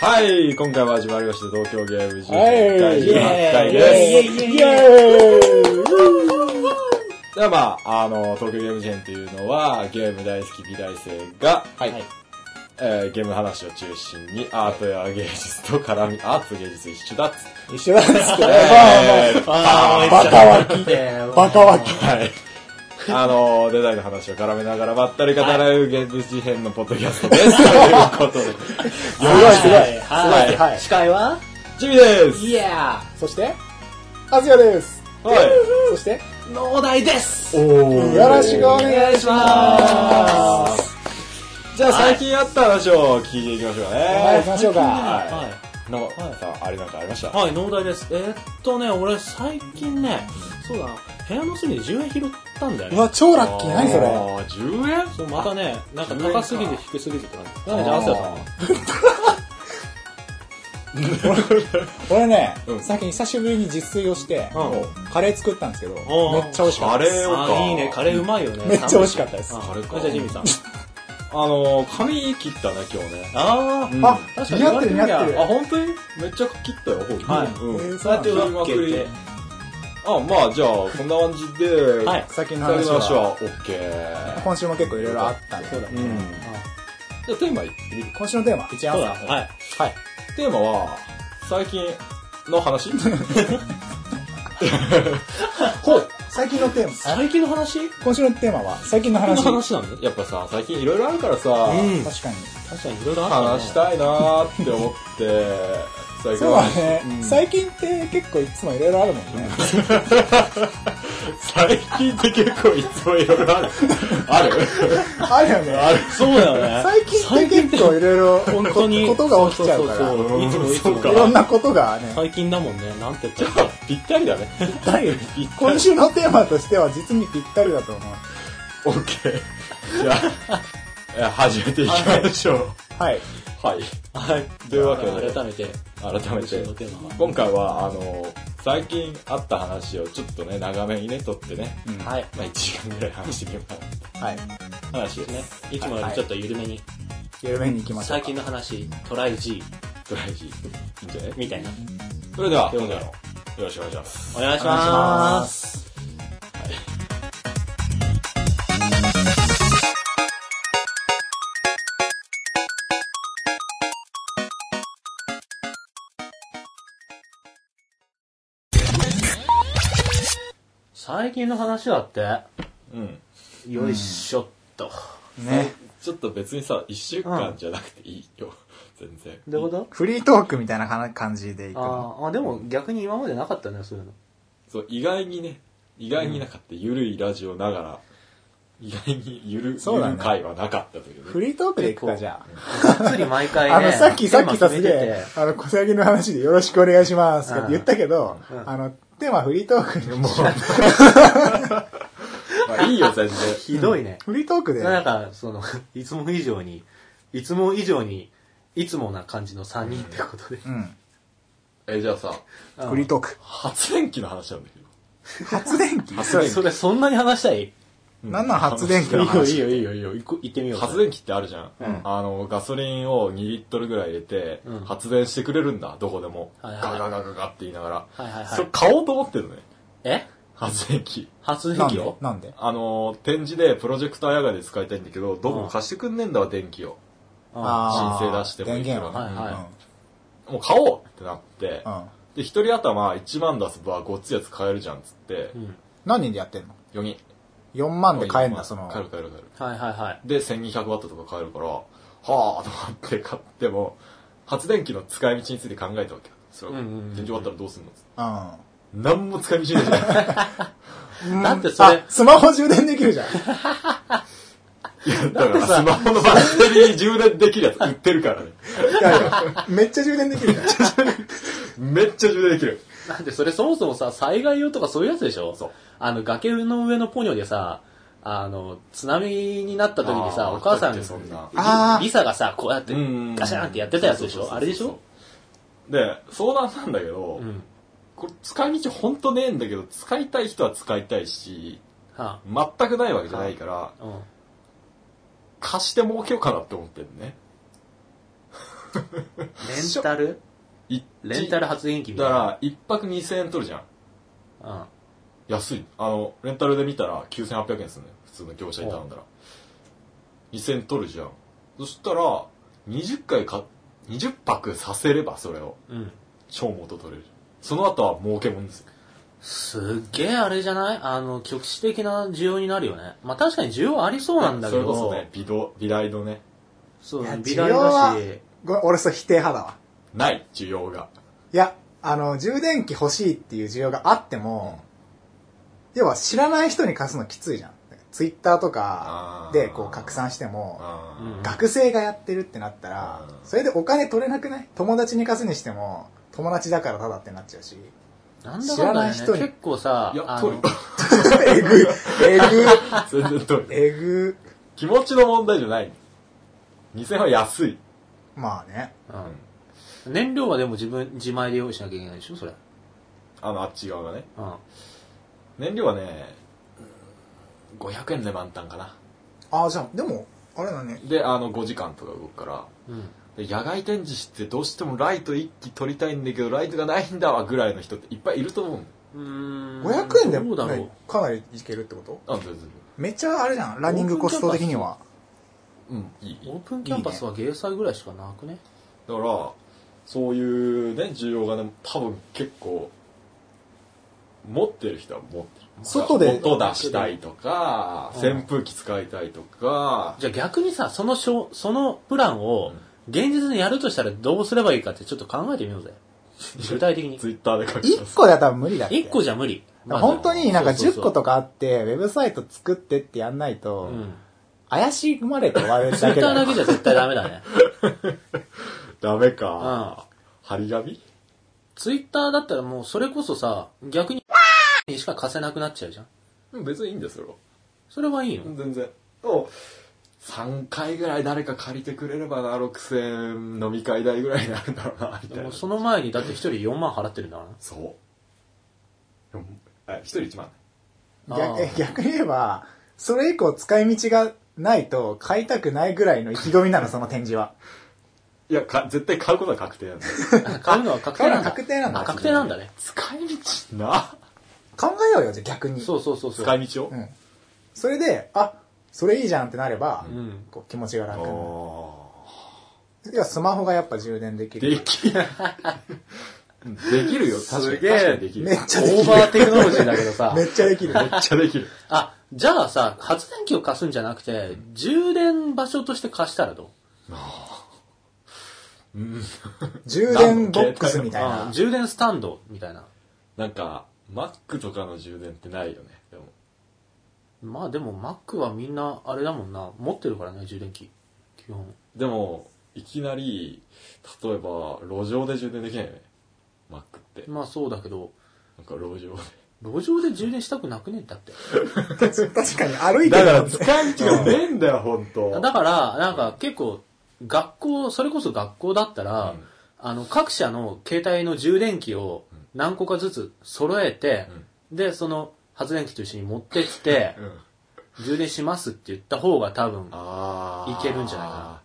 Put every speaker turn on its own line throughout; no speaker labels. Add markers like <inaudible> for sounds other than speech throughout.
はい、今回も始まりました、東京ゲーム事
はい
変会
イエーイ
18回
イエ
です。
ーイ
イエーイ
イエ
ではまあ、あの、東京ゲーム事変というのは、ゲーム大好き美大生が、
ーイ
はい
えーゲームの話を中心に、アートや芸術と絡み、アートと芸術一緒だっつって。
一緒なんですけど、ま
えー
あ
バカ
きで。
バカ脇。
はい。あの、デザインの話を絡めながら、ばったり語られるゲーム事変のポッドキャストです。ということで、
すごいすごい。
はい
は。
はい
はい。
司会は
ジミです
イエー
そして、アズヤです。
は
そして、
農大です
い。お
よろしくお
お
願
願
い
い
し
し
ま。
ますす
じゃあ最近あった話を聞いていきましょうかね。
はい、行きましょうか。
は。
はい
なんか、さあれなんかありました
い。はい、農大です。えーっとね、俺最近ね、そうだな、部屋の隅で10円拾ったんだよ
う
ね。
わ、超ラッキー。何そ
あ
れ
ー10円
そう、またね、なんか高すぎて低すぎてって感じ。なんで、じゃあ、
あ
アスヤさん。
俺ね
う、ん
最近久しぶりに自炊をして、
う
カレー作ったんですけど、め
ー
っちゃ美味しかったで
カレ
す
ー。を
あー、いいね、カレーうまいよね。
めっちゃ美味しかったです
あ
カレーか
あじゃあ、ジミーさん。
あのー、髪切ったね、今日ね。
あ
うん
あ、
確かに
似合ってる似合ってる
あ、。本当にめっちゃ切ったよ、ほ
はい
うん。
そうなんだ
切りまくり。あ、まあ、じゃあ、こんな感じで、
はい
最近の
最
話
後の話
は、
は OK。
今週も結構いろいろあったんで
そうだね。
うん。じゃあ、テーマいってみる
今週のテーマ、一
そうだ、
山さん。
はい。
はい。
テーマは、最近の
<laughs>
話
ほう、最近のテーマ、あ
最近の話
今週のテーマは、最近の
最近の
話。
話なんだよ。
やっぱさ、最近いろいろあるからさ、
うん。
確かに。
確かにいろいろあった、ね。
話したいなーって思って、最近
そう
は
だね、
うん
最近って結構いつもいろいろあるもんね。
最近って結構いつもいろいろある。ある
あるよね。
そうだよ
<laughs>
ね。
最近って結構いろいろ
本当に。
ことが起きちゃうか
そ
ら、
そそういつもいつ
そうか
も。
いろんなことがね、
最近だもんね。なんて言っ
じ
た
ゃ
ら。
あ、ぴったりだね。ぴったり
今。週のテーマとしては実にぴったりだと思
オ
う。
ッケー。じゃあ、え始めていきましょう。
はい。
はい。
はい。
というわけで、
改めて、
改め
今週
て
の、テーマ
今回は、あの、最近あった話をちょっとね、長めにね、撮ってね、
は。はい。
まあ1時間ぐらい話してみようか
はい。
な。話をね、
ね。いつもよりちょっと緩めに、
緩めに行きましょう
最
か。
近の話、トライ G
とりあえず、いいんじゃない
みたいな。
それでは、
という
今
こ
回も
とで
よろしくお願いします。
お願いし
お願いしま
ます。
す。
最近の話だって、
うん。
よいしょっと。
ね。
ちょっと別にさ、一週間じゃなくていいよ。全然。
どういうこと
フリートークみたいなか感じでいくの。
あーあ、でも逆に今までなかったね、そういうの。
そう、意外にね、意外になかった。ゆるいラジオながら、意外にゆる、
そうだね
ゆる回はなかったというね
フリートークでいくか、じゃ
がっつり毎回
あ。
ね。
あの、さっき、さっきさ、
テ
す
ー
げ
マ決
え、あの、小杉の話でよろしくお願いしますって言ったけど、
うん
あの、テーマフリートークにもう、
まあいいよ、全然。
めててひどいね。
フリートークで、
なんか、その、 <laughs> いつも以上に、いつも以上に、いつもな感じの3人ってことで。
うん。
<laughs> え、じゃあさ、
うん
フリートーク。
発電機の話なんだけど。
発電機
発
それ、
電機
そ。れそんなに話したい
うん
なんなん発電機
い
の
いよ、い
話
いよ、いいよ、いいよ、いこ行ってみよう。
発電機ってあるじゃん。
うん
あの、ガソリンを2リットルぐらい入れて、
うん
発電してくれるんだ、どこでも。
はいはい
ガガガガガって言いながら。
はいはいは
それ
い。
買おうと思ってるのね。
え
発電機。
発
な
電
ん
機
で
を
なんで
あの、展示でプロジェクター野外で使いたいんだけど、どこも貸してくんねえんだわ、電気を。
あ
申請出してもいいけ
電
ど
源
はいはい
もう買おうってなって、
うんうん
で、一人頭1万出せばごっついやつ買えるじゃんっつって
う、ん。
何人でやってんの
4人。
4万で買えんだその
買える買える買える。
はいはいはい。
で、1200ワットとか買えるから、はぁーと思って買っても、発電機の使い道について考えたわけよ。それ
うんうんうん
電池終わったらどうすんのっつって
う
何も使い道ねえじゃん。
ん
だってそれ
あスマホ充電できるじ
<laughs>
ゃん
いやだからスマホのバッテリー充電できるやつ売ってるからね。
いやいやめっちゃ充電できるじゃん
めっちゃ充電できる。
なんで、それそもそもさ、災害用とかそういうやつでしょ
そう。
あの、崖の上のポニョでさ、あの、津波になった時にさ、
あー
お母さん
だっ
に
てそんな
あー
リリサがさ、こうやって
うん
ガシャンってやってたやつでし
そうそうそう
ょ
そう
あれでしょ
で、相談なんだけど、
うん。
これ使い道ほんとねえんだけど、使いたい人は使いたいし、
は
全くないわけじゃないから、
あ、うん。
貸して儲けようかなって思ってるね。
ねレンタル
い
レンタル
だ
発電機みたい
か
な。
ら、一泊2000円取るじゃん。
うん。
安い。あの、レンタルで見たら9800円するね。普通の業者に頼んだら。2000円取るじゃん。そしたら、20回か、20泊させれば、それを。
うん。
超元取れる。その後は儲けもんですよ。
すっげえあれじゃないあの、局地的な需要になるよね。まあ確かに需要ありそうなんだけ
それこ
ど。
そね、微動、微大のね、
そう
いや
美大だし。
ごめん俺そう否定派だわ。
ない需要が。
いや、あの、充電器欲しいっていう需要があっても、要は知らない人に貸すのきついじゃん。ツイッターとかでこう拡散しても、
あ
うん
学生がやってるってなったら
う、ん
それでお金取れなくない友達に貸すにしても、友達だからただってなっちゃう
<laughs>
し。
なんだかんだね
知らない人に
結構さ、
いや、
あ
取
<laughs> の
る。
えぐい、え
全然取
ぐ、
る。
えぐ、
気持ちの問題じゃない。2000円は安い。
まあね。
うん。燃料はでも自分、自前で用意しなきゃいけないでしょそれ。
あの、あっち側がね。
うん。
燃料はね、うん500円で満タンかな。
ああ、じゃあ、でも、あれだね。
で、あの、5時間とか動くから。
うん。
で野外展示してどうしてもライト1機取りたいんだけど、ライトがないんだわぐらいの人っていっぱいいると思うの。
うーん
500円で
どうだろう
ね。かなりいけるってこと
あ、全然。
めっちゃあれじゃん、ランニングコスト的には。
うん、いいいい。
オープンキャンパスは芸祭ぐらいしかなくね。
だからそういうね需要がね多分結構持ってる人は持ってる
外で
音出したいとか、
うん
扇風機使いたいとか、
じゃあ逆にさ、そのしょ、そのプランを
うん
現実にやるとしたらどうすればいいかってちょっと考えてみようぜ。具体
<laughs>
的に。
ツイッターで書きま
1
す
個では多分無理だって。
1個じゃ無理。まず
本当になんか10個と
か。
かあって、ウェブサイト作ってってやんないと、
うん。
怪しまれて終わる
ツイ
だ
ッ
け
ターだ
だ
けじゃ絶対ダメだね。
ダメ
う
か、
ん。
張り紙
ツイッターだったらもうそれこそさ、
<laughs>
逆に、にしか貸せなくなっちゃうじゃん。
うん別にいいんですよ
それはいいの、
全然でも3回ぐらい誰か借りてくれればな6000飲み会代ぐらいになるんだろうなみた
で
い
も
な
その前にだって一人4万払ってるんだからな。
そうでもあ一人1万
あ
逆
ー
逆に言えば、それ以降使い道がないと買いたくないぐらいの意気込みなの、その展示は。
いやか絶対買うことは確定なんです
<laughs> 買うのは確定
買うのは
なんだ。
確定なん
あ
だ。
確定なんだね。
使い道な
考えようよ、じゃあ逆に。
そうそうそうそう。
使い道を、
うん。それで、あ、それいいじゃんってなれば、
うん。
こう気持ちが楽になる
あ
いや、スマホがやっぱ充電でき
ー
る
で。きるうんできる <laughs> よ確かに
すげえ
確かにできる
めっちゃでき
オ
る
ー。バーテクノロジーだけどさ
<laughs> め。っちゃできる。
めっちゃできる
あ、じゃあさ、発電機を貸すんじゃなくて、充電場所として貸したらどう
うん
充電ボックスみたい
あ
な
ー。充電スタンドみたいな。
なんか Mac とかの充電ってないよねでも
まあでも Mac はみんなあれだもんな。持ってるからね、充電器。基本。
でもいきなり例えば路上で充電できないよね Mac って
まあそうだけど、
なんか路上
路上で充電したくなくねだって。
<laughs> 確かに歩
で
いて
だ
る
か
も
ら
んね
使い道がねえんだよ本当
だから、なんか結構、学校、それこそ学校だったら、
うん
あの、各社の携帯の充電器を何個かずつ揃えて、で、その発電機と一緒に持ってって
う、ん
充電しますって言った方が多分、
あー
いけるんじゃないか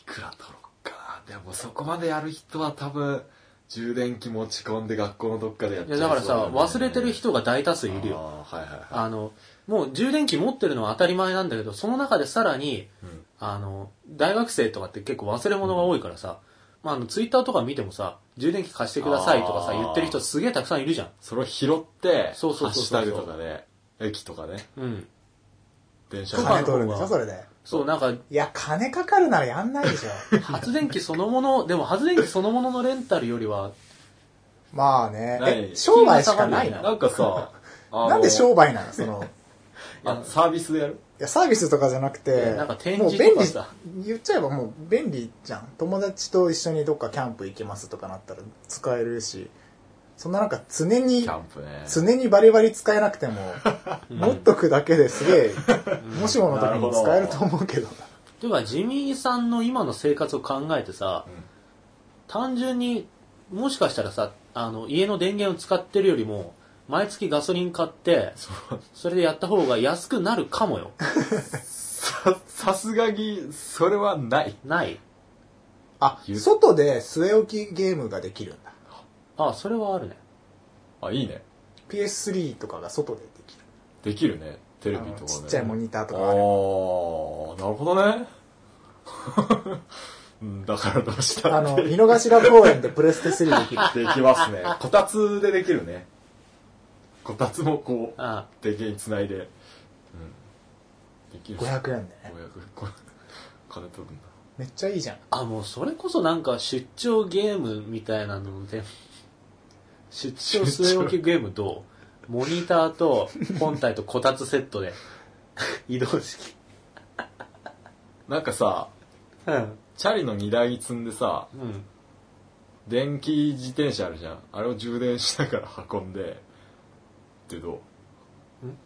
いくら取ろうかなでもそこまでやる人は多分充電器持ち込んで学校のどっかでやっ
い
ちゃ
や
い
だから
そう
さ、
よね
忘れてる人が大多数いるよ。
あーはいはいは
あの、もう充電器持ってるのは当たり前なんだけど、その中でさらに、
い、うん
あの、大学生とかって結構忘れ物が多いからさ、まあ、あの、ツイッターとか見てもさ、充電器貸してくださいとかさ、
あー
言ってる人すげえたくさんいるじゃん。
それを拾って
そうそうそうそう
ハッシュタグとかで駅とかね
うん。
電車
金
で
取るんでしょ、それで。
そう、なんか、
いや、金かかるならやんないでしょ。
発電機そのもの、でも発電機そのもののレンタルよりは、
まあね。
な
え
い、
商売しかない
金が下がるよ
な。
ね
なんかさあの
<laughs> なんで商売なのその、い
あサービスでやる
や、サービスとかじゃなく
い
て、
やなんか展
も
示
う便
とか
利
さ、
言っちゃえばもう便利じゃん。友達と一緒にどっかキャンプ行きますとかなったら使えるし、そんななんか常
キ
に、
ャンプね
常にバリバリ使えなくても、持っとくだけですげえ、もしもの時に使えると思うけど。
てか、ジミーさんの今の生活を考えてさ、
うん
単純に、もしかしたらさ、あの、家の電源を使ってるよりも、毎月ガソリン買って、
そう
それでやった方が安くなるかもよ。
ささすがにそれはない
ない。
あ、
ゆ
外で据え置きゲームができるんだ。
あ、それはあるね。
あ、いいね。
PS3 とかが外でできる。
できるね。テレビ
あ
とか
の
ね。
ちっちゃいモニターと
あ
かあれば
ーなるほどね。 <laughs> うんだからどうした
あ
っ
の、
て
井の頭公園でプレステ3できる。
できますね。こたつでできるね。こたつもこう、
あ
電源につないで。うん。できる。
500円でね。
500これ金取るんだ。
めっちゃいいじゃん。
あ、もうそれこそなんか出張ゲームみたいなので、出張据え置きゲームと、モニターと本体とこたつセットで、移動式。
なんかさ、
うん。
チャリの荷台積んでさ、
うん。
電気自転車あるじゃん。あれを充電しながら運んで、ってどうん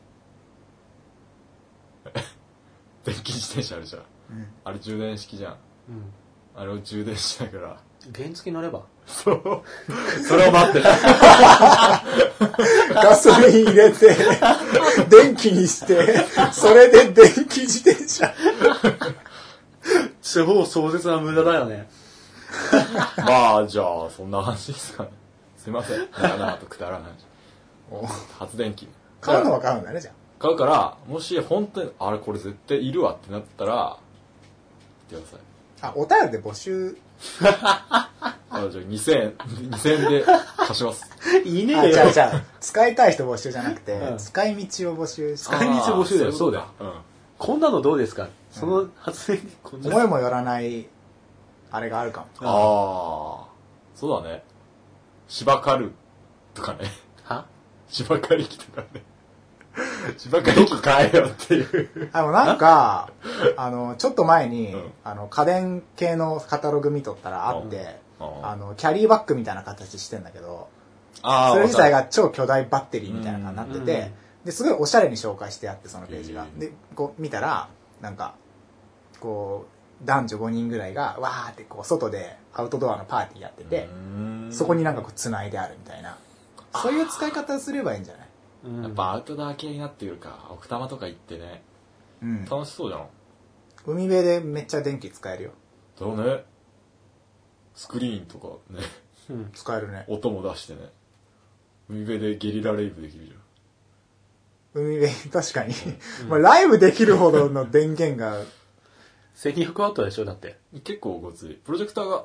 <laughs> 電気自転車あるじゃん。
うん。
あれ充電式じゃん。
うん。
あれを充電しながら。
原付乗れば
そう。 <laughs> それを待って <laughs> た。
ガソリン入れて、電気にして、それで電気自転車。
地方壮絶な無駄だよね。
まあ、じゃあ、そんな話ですかね。すいません。長々とくだらない。発電機。
買うのは買うんだね、じゃ
買うから、もし本当に、あれこれ絶対いるわってなったら、言ってください。
あ。あ、お便りで募集。
あ、じゃあ2000円、2000円で貸します。
いね
あ、
え
じ
よ
ゃあ。じゃあ、使いたい人募集じゃなくて
う、ん
使い道を募集して
使い道募集だよ
あー
そうだよ。
いことか
こんなのどうですかその発言、こんな
思いもよらない、あれがあるかも。
うん。ああ、そうだね。芝刈るとかね。 <laughs>
は
芝刈り機とかね。 <laughs> 芝刈り機買えよっていう。
あの、なんか、あの、ちょっと前に、
うん
あの、家電系のカタログ見とったらあって、あ
あ
の、キャリーバッグみたいな形してんだけど、
あー、
それ自体
わ
が超巨大バッテリーみたいな感じになって
うんう
て
ん、
で、すごいおしゃれに紹介してあって、そのページが
へ。え
で、こう見たら、なんか、こう、男女5人ぐらいが、わーってこう、外でアウトドアのパーティーやって
かる
て、、
うーん
そこになんかこう、繋いであるみたいな。そういう使い方をすればいいんじゃない
うん
やっぱアウトドア系になってくるか。奥多摩とか行ってね。
うん。
楽しそうじゃん。
海辺でめっちゃ電気使えるよ。
だよね。スクリーンとかね、
うん。
使えるね。
音も出してね。海辺でゲリラレイブできるじゃん。
海辺、確かに。 <laughs> まあ、ライブできるほどの電源が、
1200ワットでしょだって。
結構ごつい。プロジェクターが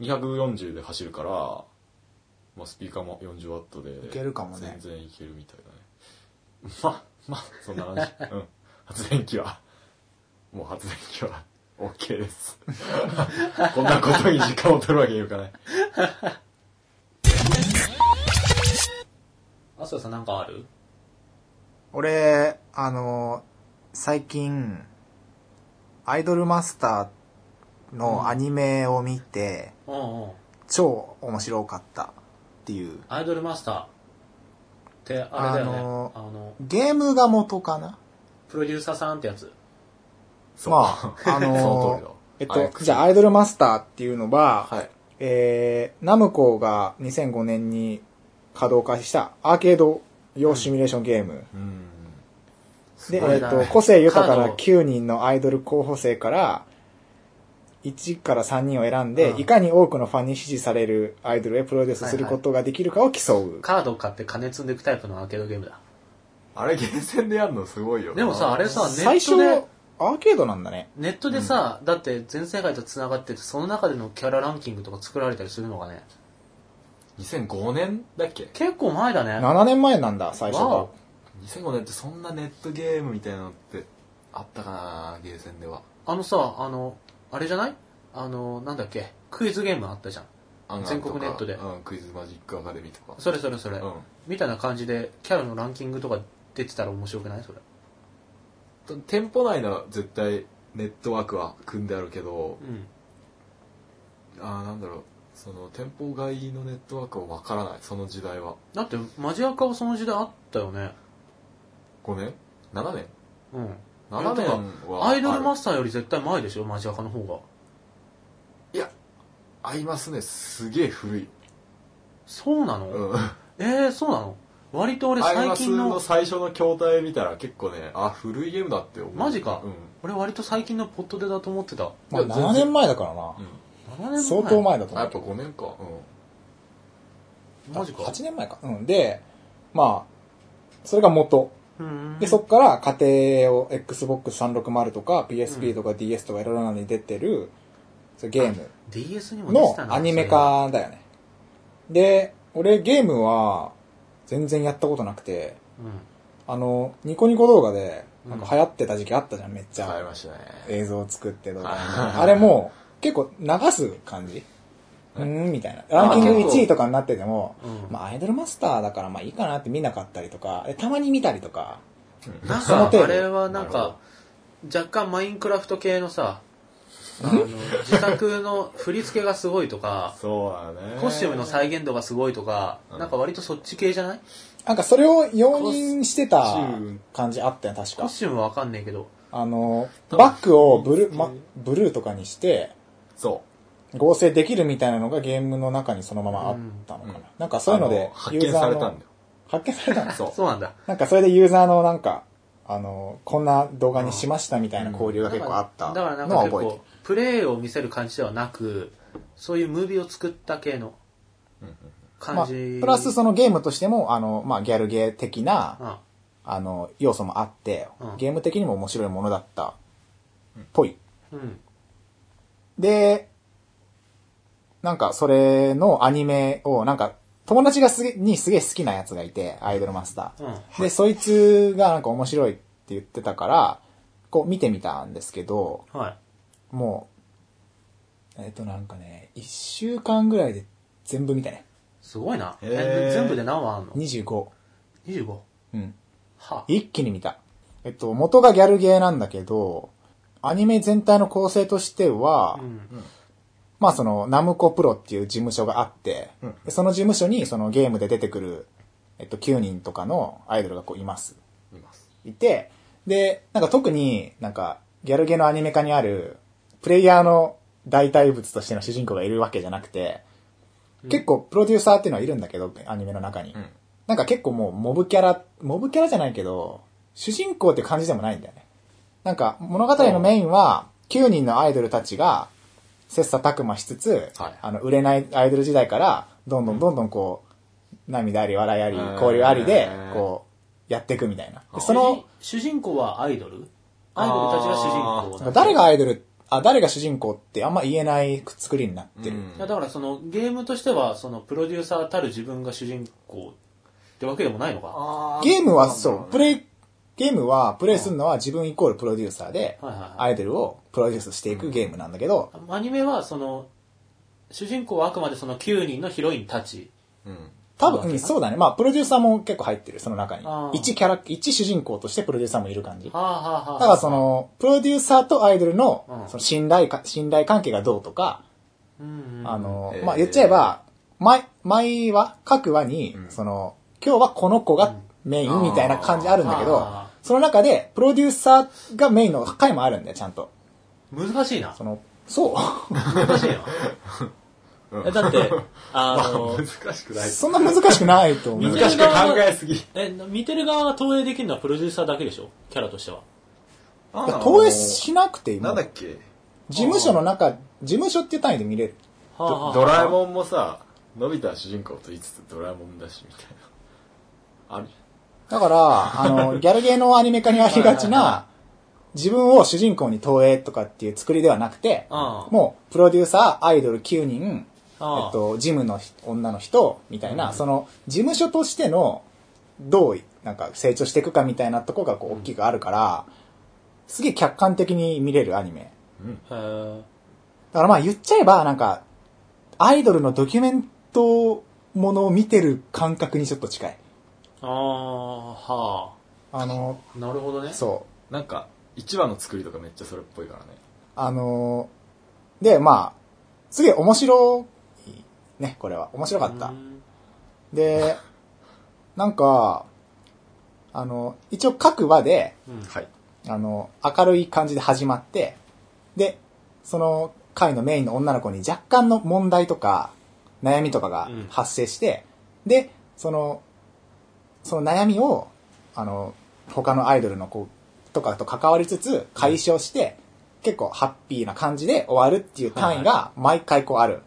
240で走るから、まあ、スピーカーも40ワットで。い
けるかもね
全然いけるみたいだね。 <laughs> まあ、まあ、そんな感じ。うん。発電機は、もう発電機は OK
<laughs>
です。こんなことに時間を取るわけにいかない。
あすやさんなんかある
俺、あの、最近、アイドルマスター
うん
のアニメを見て、
うんうん。
超面白かったっていう。
アイドルマスターってあれだよね。
あ
あ
の
の
ゲームが元かな
プロデューサーさんってやつ。
そう
まあ、あ
<laughs> その通りだ
の、えっと、じゃあ
あ
アイドルマスターっていうのは、
はい。
えー、ナムコが2005年に稼働化したアーケード用シミュレーションゲーム。
うん。す
で、え
ごい
っ、
な
と、個性豊か
カー
な
ド
9人のアイドル候補生から、1から3人を選んで、
うん
いかに多くのファンに支持されるアイドルへプロデュースすることができるかを競う。
カード買って金積んでいくタイプのアーケードゲームだ。
あれ、ゲーセンでやるのすごいよ。
でもさ、あれさ、ネ
最
ッ
初
トで、、
アーケードなんだね。
ネットでさ、だって全世界と繋がってて、その中でのキャラランキングとか作られたりするのがね、
2005年だっけ
結構前だね。
7年前なんだ、最初
わ
が
お。
2005年ってそんなネットゲームみたいなのってあったかなゲーセンでは
あのさ、あの、あれじゃないあの、なんだっけ、クイズゲームあったじゃん。
アンアン
全国
とか
ネットで
うん、クイズマジックアカデミーとか
それそれそれ、
うん
みたいな感じで、キャラのランキングとか出てたら面白くないそれ。
と店舗内なら絶対ネットワークは組んであるけど
うん。
あーなんだろうその店舗外のネットワークはわからないその時代は
だって、マジアカはその時代あったよね。
5年7年
うん。
7
いやて
年は
アイドルマ
ス
スターより絶対前でしょマジアカの方が。
いや合いますねすげえ古い、
そうなの、
うん、
えー、そうなの割と
<laughs>
俺
アイ
最
マス
近
の
の、
最初の筐体見たら結構ねあ古いゲームだって思う
マジか
うん
俺割と最近のポットでだと思ってた。
まあ、
いや全然
7年前だからな。
うん
7年
相当前だと
あ
思
や
う
っぱ5年か
マジか
8年前かうんでまあそれが元
うん
でそっから家庭を XBOX360 とか PSP とか DS とかいろいろなのに出てるそのゲーム
DS にも出て
の
たな
アニメ化だよね。で、俺ゲームは全然やったことなくて、
そ
あ
れうん
の、ニコニコ動画で
うん
なんか流行ってた時期あったじゃん、めっち
じゃああり
ゃ。
ましたね
映像を作ってと
あ
か。あれも結構流す感じう
は
ー
い
んみたいな。
あ
ランキング
結構
1位とかになってても、
うん
まあアイドルマスターだからまあいいかなって見なかったりとか、でたまに見たりとか。
うん
なん
その
か
程度
あれはなん
なるほ
か若干マインクラフト系のさあの自作の振り付けがすごい
<laughs>
とか
そうだね
コスチュームの再現度がすごいとかなんか割とそっち系じゃない
なんかそれを容認してた感じあったよ、確
コ
か。
スチュームはわかんねえけど
あの、
多分
バックをブルー、ま、ブルーとかにして、
そ
合成できるみたいなのがゲームの中にそのままあったのかな。
うん
なんか
う
そういうの
あ
で、
発見されたんだよ
発見された
<laughs>
の
そう
そうなんだ
なんかそれでユーザーのなんか、あの、こんな動画にしましたみたいな交流が結構あった
だからなん
の
か
は
結
覚えてる
構。プレイを見せる感じではなくそういうムービーを作った系の
うんうん
ま
感
あ、
じ、
プラスそのゲームとしても、あの、まあ、ギャルゲー的な、
あ
あの、要素もあって
うん、
ゲーム的にも面白いものだった、っぽい。
うん
で、なんかそれのアニメを、なんか友達がすげにすげえ好きなやつがいて、アイドルマスタ
うん
ー。で、そいつがなんか面白いって言ってたから、こう見てみたんですけど、
はい
もう、えっ、となんかね、1週間ぐらいで全部見たね。
すごいな、
へー
え全部で何話あんの
25。
25
うん。
は
一気に見た。えっと、元がギャルゲーなんだけど、アニメ全体の構成としては、
うん
まあその、ナムコプロっていう事務所があって、
うん
でその事務所にそのゲームで出てくる、えっと、9人とかのアイドルがこういます。
います
いて、で、なんか特になんか、ギャルゲーのアニメ化にある、プレイヤーの代替物としての主人公がいるわけじゃなくて、結構プロデューサーっていうのはいるんだけど、アニメの中に。
うん
なんか結構もうモブキャラ、モブキャラじゃないけど、主人公って感じでもないんだよね。なんか物語のメインは、9人のアイドルたちが、切磋琢磨しつつ、
はい
あの、売れないアイドル時代から、どんどんどんどんこう、涙あり、笑いあり、
うん
交流ありで
う、ん
こう、やっていくみたいな。で
そ
その
の、主人公はアイドルアイドルたちが主人公なんだ
誰がアイドル、あ、誰が主人公ってあんま言えない作りになってる。
うん
いやだからそのゲームとしてはそのプロデューサーたる自分が主人公ってわけでもないのか
ゲームはそう、プ
イ
レイ、ゲームはプレイするのは自分イコールプロデューサーで、
はいはいは
アイドルをプロデュースしていくゲームなんだけど、
いアニメはその主人公はあくまでその9人のヒロインたち
うん
多
そうだ
分、
ね
うんそうだね。まあ、プロデューサーも結構入ってる、その中に
あ。ー
一キャラ、一主人公としてプロデューサーもいる感じ。だ
はあはあはあ
からその、プロデューサーとアイドルの
う、ん
その信頼か、信頼関係がどうとか、
うんうん
あの
え、ー
まあ、言っちゃえば、毎、毎話、各話に
う、ん
その、今日はこの子がメインみたいな感じあるんだけ
うん
ど
あ、
その中で、プロデューサーがメインの回もあるんだよ、ちゃんと。
難しいな
その、そう。
難
<laughs>
しいなえだってあの
難しくない
<laughs> そんな難しくないと思う。
<laughs> 難しく考えすぎ
え見てる側が投影できるのはプロデューサーだけでしょキャラとしては
あ
だか
ー
ら投影しなくていいも
なん
ん
だっけ
事務所の中、事務所っていう単位で見れる。
はあはあは
ド
あ
ドラえもんもさのび太は主人公と言いつつドラえもんだしみたいなある
だから、あの、ギャルゲーのアニメ化にありがち
はいはい
な、自分を主人公に投影とかっていう作りではなくて、
ああ
もう、プロデューサー、アイドル9人、
ああ
えっと、ジムのひ女の人、みたいな、その、事務所としての、どう、なんか、成長していくかみたいなとこが、こう、大きくあるから、すげえ客観的に見れるアニメ。
うん
へー
だからまあ言っちゃえば、なんか、アイドルのドキュメントものを見てる感覚にちょっと近い。
ああは
あの、
あなるほどね
そう。
なんか一話の作りとかめっちゃそれっぽいからね
あの、で、まあ、すげえ面白い、ね、これは。面白かった
う。ん
で、なんか、あの、一応各話で、
うん
はい
あの、明るい感じで始まって、で、その回のメインの女の子に若干の問題とか、悩みとかが
うん
発生して、で、その、その悩みを、あの、他のアイドルの子とかと関わりつつ解消して、結構ハッピーな感じで終わるっていう単位が毎回こうある。
う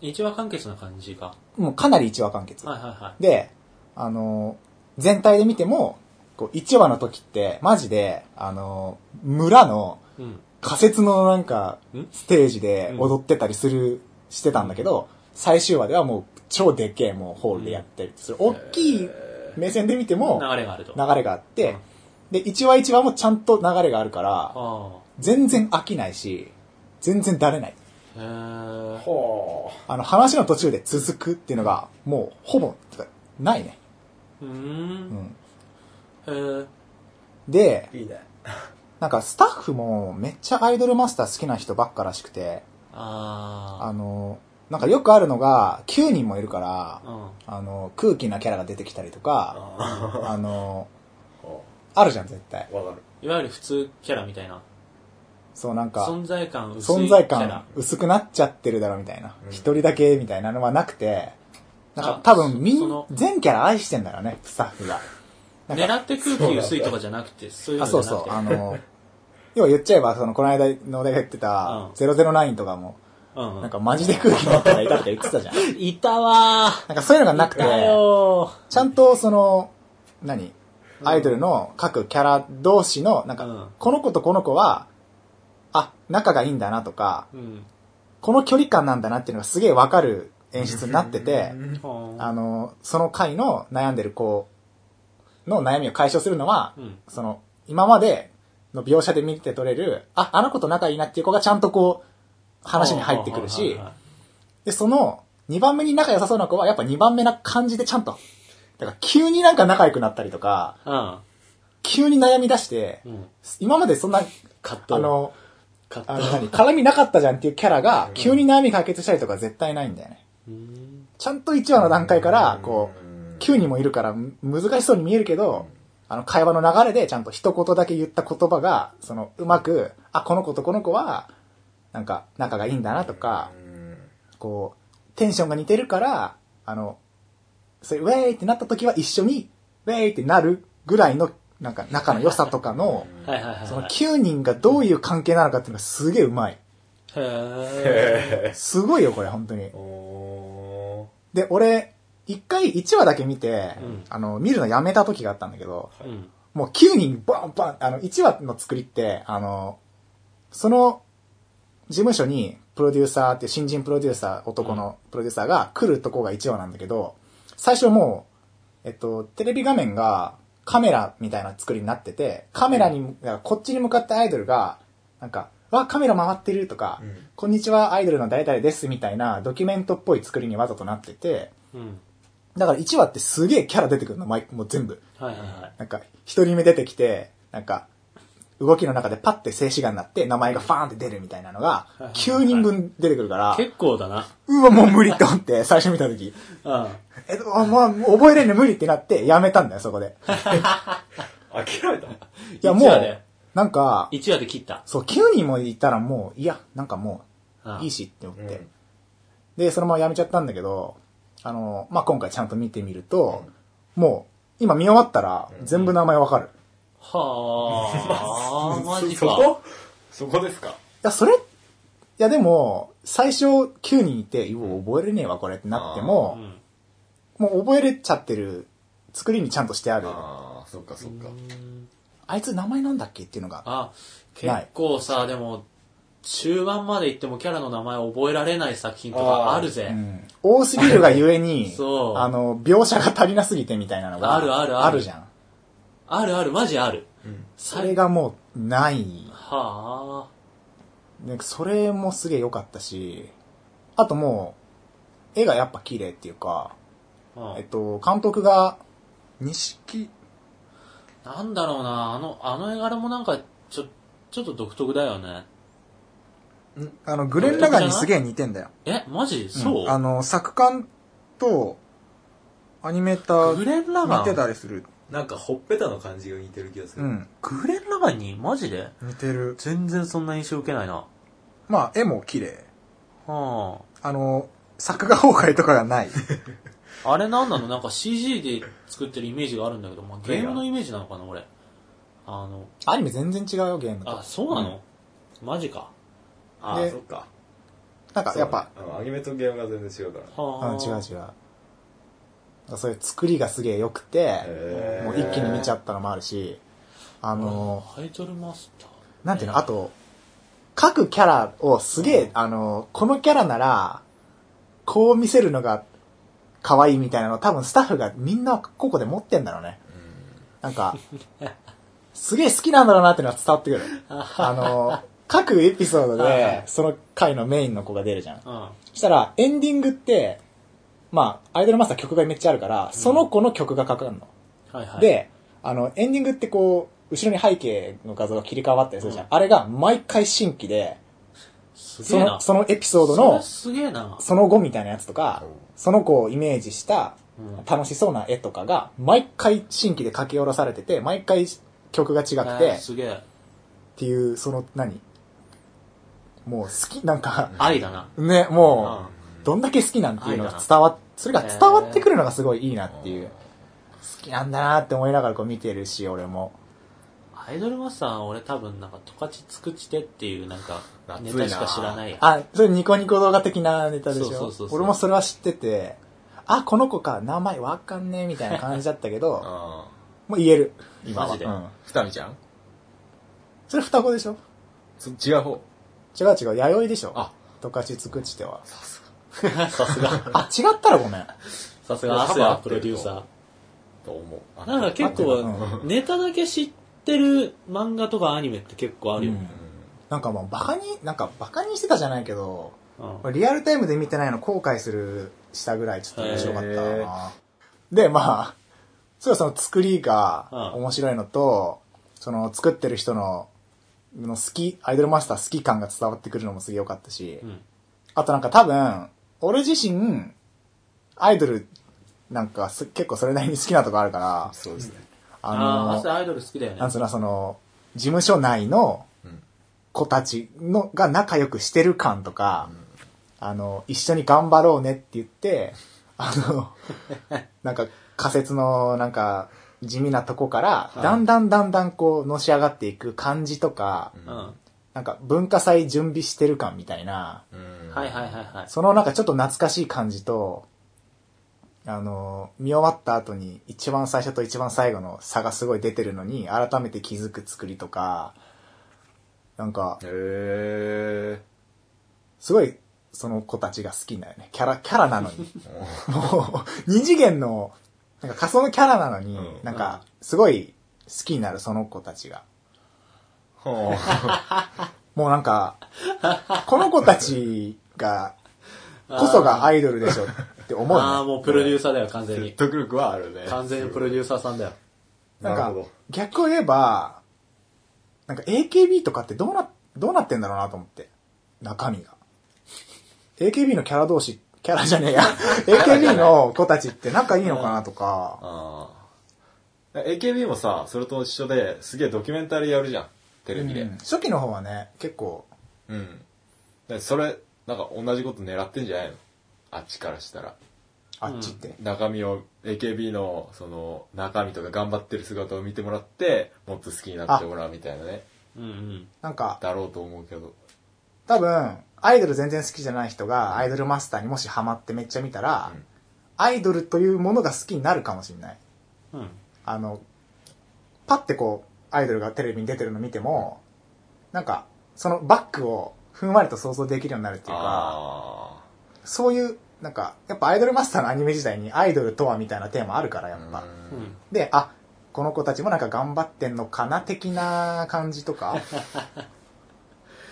一話完結な感じが。
もうかなり1話完結。
はいはいはい。
で、あのー全体で見ても、こう1話の時って、マジで、あのー村の
うん。
仮設のなんか
ん、
ステージで
うん
踊ってたりする、してたんだけど、最終話ではもう超でっけえもうホールでやったりする。大きい目線で見ても、
流れがあると。あ
流れがあっ
う
て
ん、
で、1話1話もちゃんと流れがあるから、
あ。
全然飽きないし、全然だれない。
へー
ほ
あの、話の途中で続くっていうのが、もう、ほぼ、ないね。
うー。
うんん。
へー
で、
いいね。
なんかスタッフもめっちゃアイドルマスター好きな人ばっからしくて、
あ
あの、なんかよくあるのが、9人もいるから
あ。、うん。
あの、空気なキャラが出てきたりとか、
あ
あの、
<laughs> あ。わ
あるじゃん、絶対。
かる。
いわゆる普通キャラみたいな。
そう、なんか、
存在感薄い
存
キャラ。
在感薄くなっちゃってるだろ、みたいな
う。ん
一人だけ、みたいなのはなくて、なんか
あ
多分み
そ
ん
の、
全キャラ愛してんだろうね、スタッフが。なんか
狙って空気薄いとかじゃなくて、そういう
あ、
のじゃ
そ
な
う
くて。
そう、あの、要は言っちゃえば、その、この間、のでが言ってた
うん、
009とかも、
うんうん
なんかマジで空気になったらいたって言ってたじゃん。
いたわー。
なんかそういうのがなくて、
だよ
ちゃんとその、何アイドルの各キャラ同士の、なんか、
うん
この子とこの子は、あ、仲がいいんだなとか、
ー。うん。
この距離感なんだなっていうのがすげえわかる演出になってて、あ
あ
の、その回の悩んでる子の悩みを解消するのは、
うん。
その、今までの描写で見て取れる、あ、あの子と仲いいなっていう子がちゃんとこう、話に入ってくる
はいは
し
いはい、はい
で、その、2番目に仲良さそうな子は、やっぱ2番目な感じでちゃんと、だから急になんか仲良くなったりとか、急に悩み出して、
うん。うん。
今までそんな、
カット。
あ、の、
カット。
あの、何絡みなかったじゃんっていうキャラが、急に悩み解決したりとか絶対ないんだよね。
うーん
ちゃんと1話の段階から、こう、
う
9人もいるからむ難しそうに見えるけど、あの、会話の流れでちゃんと一言だけ言った言葉が、その、うまく、あ、この子とこの子は、なんか、仲がいいんだなとか、こう、テンションが似てるから、あの、それ、ウェーイってなった時は一緒に、ウェーイってなるぐらいの、なんか、仲の良さとかの、
はいはいはいはい。
その9人がどういう関係なのかっていうのがすげえうまい。
へ
へえ。
すごいよ、これ、本当に。
おー。
で、俺、一回1話だけ見て、
うん
あの、見るのやめた時があったんだけど、
ー。うん。
もう9人バンバン、あの、1話の作りって、あの、その、事務所に、プロデューサーっていう新人プロデューサー、男のプロデューサーが来るとこが1話なんだけど、最初もう、えっと、テレビ画面がカメラみたいな作りになってて、カメラに、こっちに向かってアイドルが、なんか、わ、カメラ回ってるとか、
うん
こんにちは、アイドルの誰々ですみたいなドキュメントっぽい作りにわざとなってて、
うん。
だから1話ってすげえキャラ出てくるの、毎もう全部。
はいはいはい。
なんか、一人目出てきて、なんか、動きの中でパッて静止画になって、名前がファーンって出るみたいなのが
いはいは、い
9人分出てくるから、
結構だな。
うわ、もう無理と思って、 <laughs> 最初見た時、
うん。
えっと、あまあ、もう覚えれんの無理ってなって、やめたんだよ、そこで。
諦めた
いや、も
一話で
う、なんか、
1話で切った。
そう、9人もいたらもう、いや、なんかも
あ
う、いいしって思って。
うん
で、そのままやめちゃったんだけど、あの、まあ、今回ちゃんと見てみると、もう、今見終わったら、全部名前わかる。 <laughs>
はあ、マジ
そ
か。
こそこですか
いや、それ、いやでも、最初9人いて、うわ覚えれねえわ、これってなって
う
も、
ん。
もう覚えれちゃってる作りにちゃんとしてある。あ
ああ、そっかそっか。
いつ名前なんだっけっていうのが。
あ、結構さ、でも、中盤まで行ってもキャラの名前覚えられない作品とかある
う
ぜ。、
ん多すぎるがゆえに
<laughs> そう
あの、描写が足りなすぎてみたいなのが。
あるあるある
あるじゃん。
あるある、マジある。
うん
それがもう、ない。
はあ。
なんかそれもすげえ良かったし、あともう、絵がやっぱ綺麗っていうか、
うん
えっと、監督が、錦、
なんだろうな、あの、あの絵柄もなんか、ちょ、ちょっと独特だよね。
あの、グレン・ラガンにすげえ似てんだよ。
え、マジそう、
あの、作家と、アニメータ
グ
ー、
レン・ラガ
似て
ン
たりする。
なんかほっぺたの感じが似てる気がす
う。ん。
グレン・ラガンにマジで
似てる。
全然そんな印象受けないな。
まあ、絵も綺麗。
は
あの、作画崩壊とかが <laughs> ない。
あ。あれなんなのなんか CG で作ってるイメージがあるんだけど、まあ、ゲームのイメージなのかな、俺。あの、
アニメ全然違うよ、ゲームと。
あ、そうなの、マジか。
ああ
で
そっか
なんかやっぱ、
そうねあのアニメとゲームが全然違うから
うん、
は
違う違う。なんかそういう作りがすげえ良くて、
へー
もう一気に見ちゃったのもあるし、あの、
タイトルマスター。
なんていうの、あと、各キャラをすげえ、あの、このキャラなら、こう見せるのが可愛いみたいなの多分スタッフがみんなここで持ってんだろうね。なん
<laughs>
か、すげえ好きなんだろうなっていうのは伝わってくる。あの、各エピソード
はいは
で
い、
その回のメインの子が出るじゃん。
うん。
そしたら、エンディングって、まあ、アイドルマスター曲がめっちゃあるから、その子の曲がかかるの。
はいはい。、
で、あの、エンディングってこう、後ろに背景の画像が切り替わったりするじゃん。
う
あれが毎回新規で、
す
そ
げえな。
の、そのエピソード
それ
の、
すげえな。
その後みたいなやつとか、その子をイメージした
うん
楽しそうな絵とかが、毎回新規で書き下ろされてて、毎回曲が違く
え
て
ー、すげえ。
っていう、その、何もう好き、なんか、
愛だな。
ね、
う
もう、
ん。
どんだけ好きなんていうのが伝わっ、それが伝わってくるのがすごいいいなっていう。好きなんだなって思いながらこう見てるし、俺も。
アイドルマスターは俺多分なんか、トカチつくちてっていうなんか、
懐
ネ
いな
タしか知らないや。
あ、それニコニコ動画的なネタでしょ
そうそうそうそう
俺もそれは知ってて、あ、この子か、名前わかんねえみたいな感じだったけ
<laughs>
ど、
あ
もう言える。今は。
マジで
うん。
ふたみちゃん
それ双子でしょ
そ違う方
違う違う、弥生でしょ
あ、
十勝つくちては。
さすが。
あ、違ったらごめん。
<laughs> さすが、アスヤプロデューサ
と思うあ
ー。なんか
合
結
ってる
構、ネタだけ知ってる漫画とかアニメって結構あるよね。
なんかもうバカに、なんかバカにしてたじゃないけど、
うん
これリアルタイムで見てないの後悔するしたぐらいちょっと面白かった
へ
な。で、まあ、そうその作りが
うん
面白いのと、その作ってる人の、の好き、アイドルマスター好き感が伝わってくるのもすげえ良かったし、
うん。
あとなんか多分、俺自身、アイドルなんかす結構それなりに好きなとこあるから、
そうですね
あ
あー、アス
の、
ヤアイドル好きだよね
なん。つうの、その、事務所内の
うん
子たちのが仲良くしてる感とか、あの、一緒に頑張ろうねって言って、あ
<laughs>
の、なんか仮説のなんか地味なとこから、
い
だんだんだんだんこうのし上がっていく感じとか、
う
うん。は
なんか文化祭準備してる感みたいな、
うん
いはいはいはい。
そのなんかちょっと懐かしい感じと、あの、見終わった後に一番最初と一番最後の差がすごい出てるのに、改めて気づく作りとか、なんか、
へえ
すごい、その子たちが好きだよね。キャラ、キャラなのに。もう、二次元の、なんか仮想のキャラなのに、
うん
なんか、すごい好きになる、その子たちが。もうなんか、この子たちが、こそがアイドルでしょって思う
ああ、
のね、
もうプロデューサーだよ、完全に
説。得力はあるね
完全にプロデューサーさんだよ。
なん
なるほ
か
ど、
逆を言えば、なんか AKB とかってどうな、どうなってんだろうなと思って。中身が。AKB のキャラ同士、キャラじゃね
<laughs>
えや。AKB の子たちって仲いいのかなとか、
ああ AKB もさそれと一緒ですげえドキュメンタリーやるじゃんテレビで
うん初期の方はね、結構、
うんでそれなんか同じこと狙ってんじゃないのあっちからしたら
あっちって。
中身を AKB のその中身とか頑張ってる姿を見てもらってもっと好きになってもらうみたいなね
うんうん。
なんか、
だろうと思うけど
多分、アイドル全然好きじゃない人が、アイドルマスターにもしハマってめっちゃ見たら、
うん
アイドルというものが好きになるかもしれない。
うん。
あの、パッてこう、アイドルがテレビに出てるの見ても、なんか、そのバックをふんわりと想像できるようになるっていうか、
あ
そういう、なんか、やっぱアイドルマスターのアニメ時代にアイドルとはみたいなテーマあるから、やっ
あ
ぱ。
うん
うん。
で、あ、この子たちもなんか頑張ってんのかな的な感じとか、
<laughs>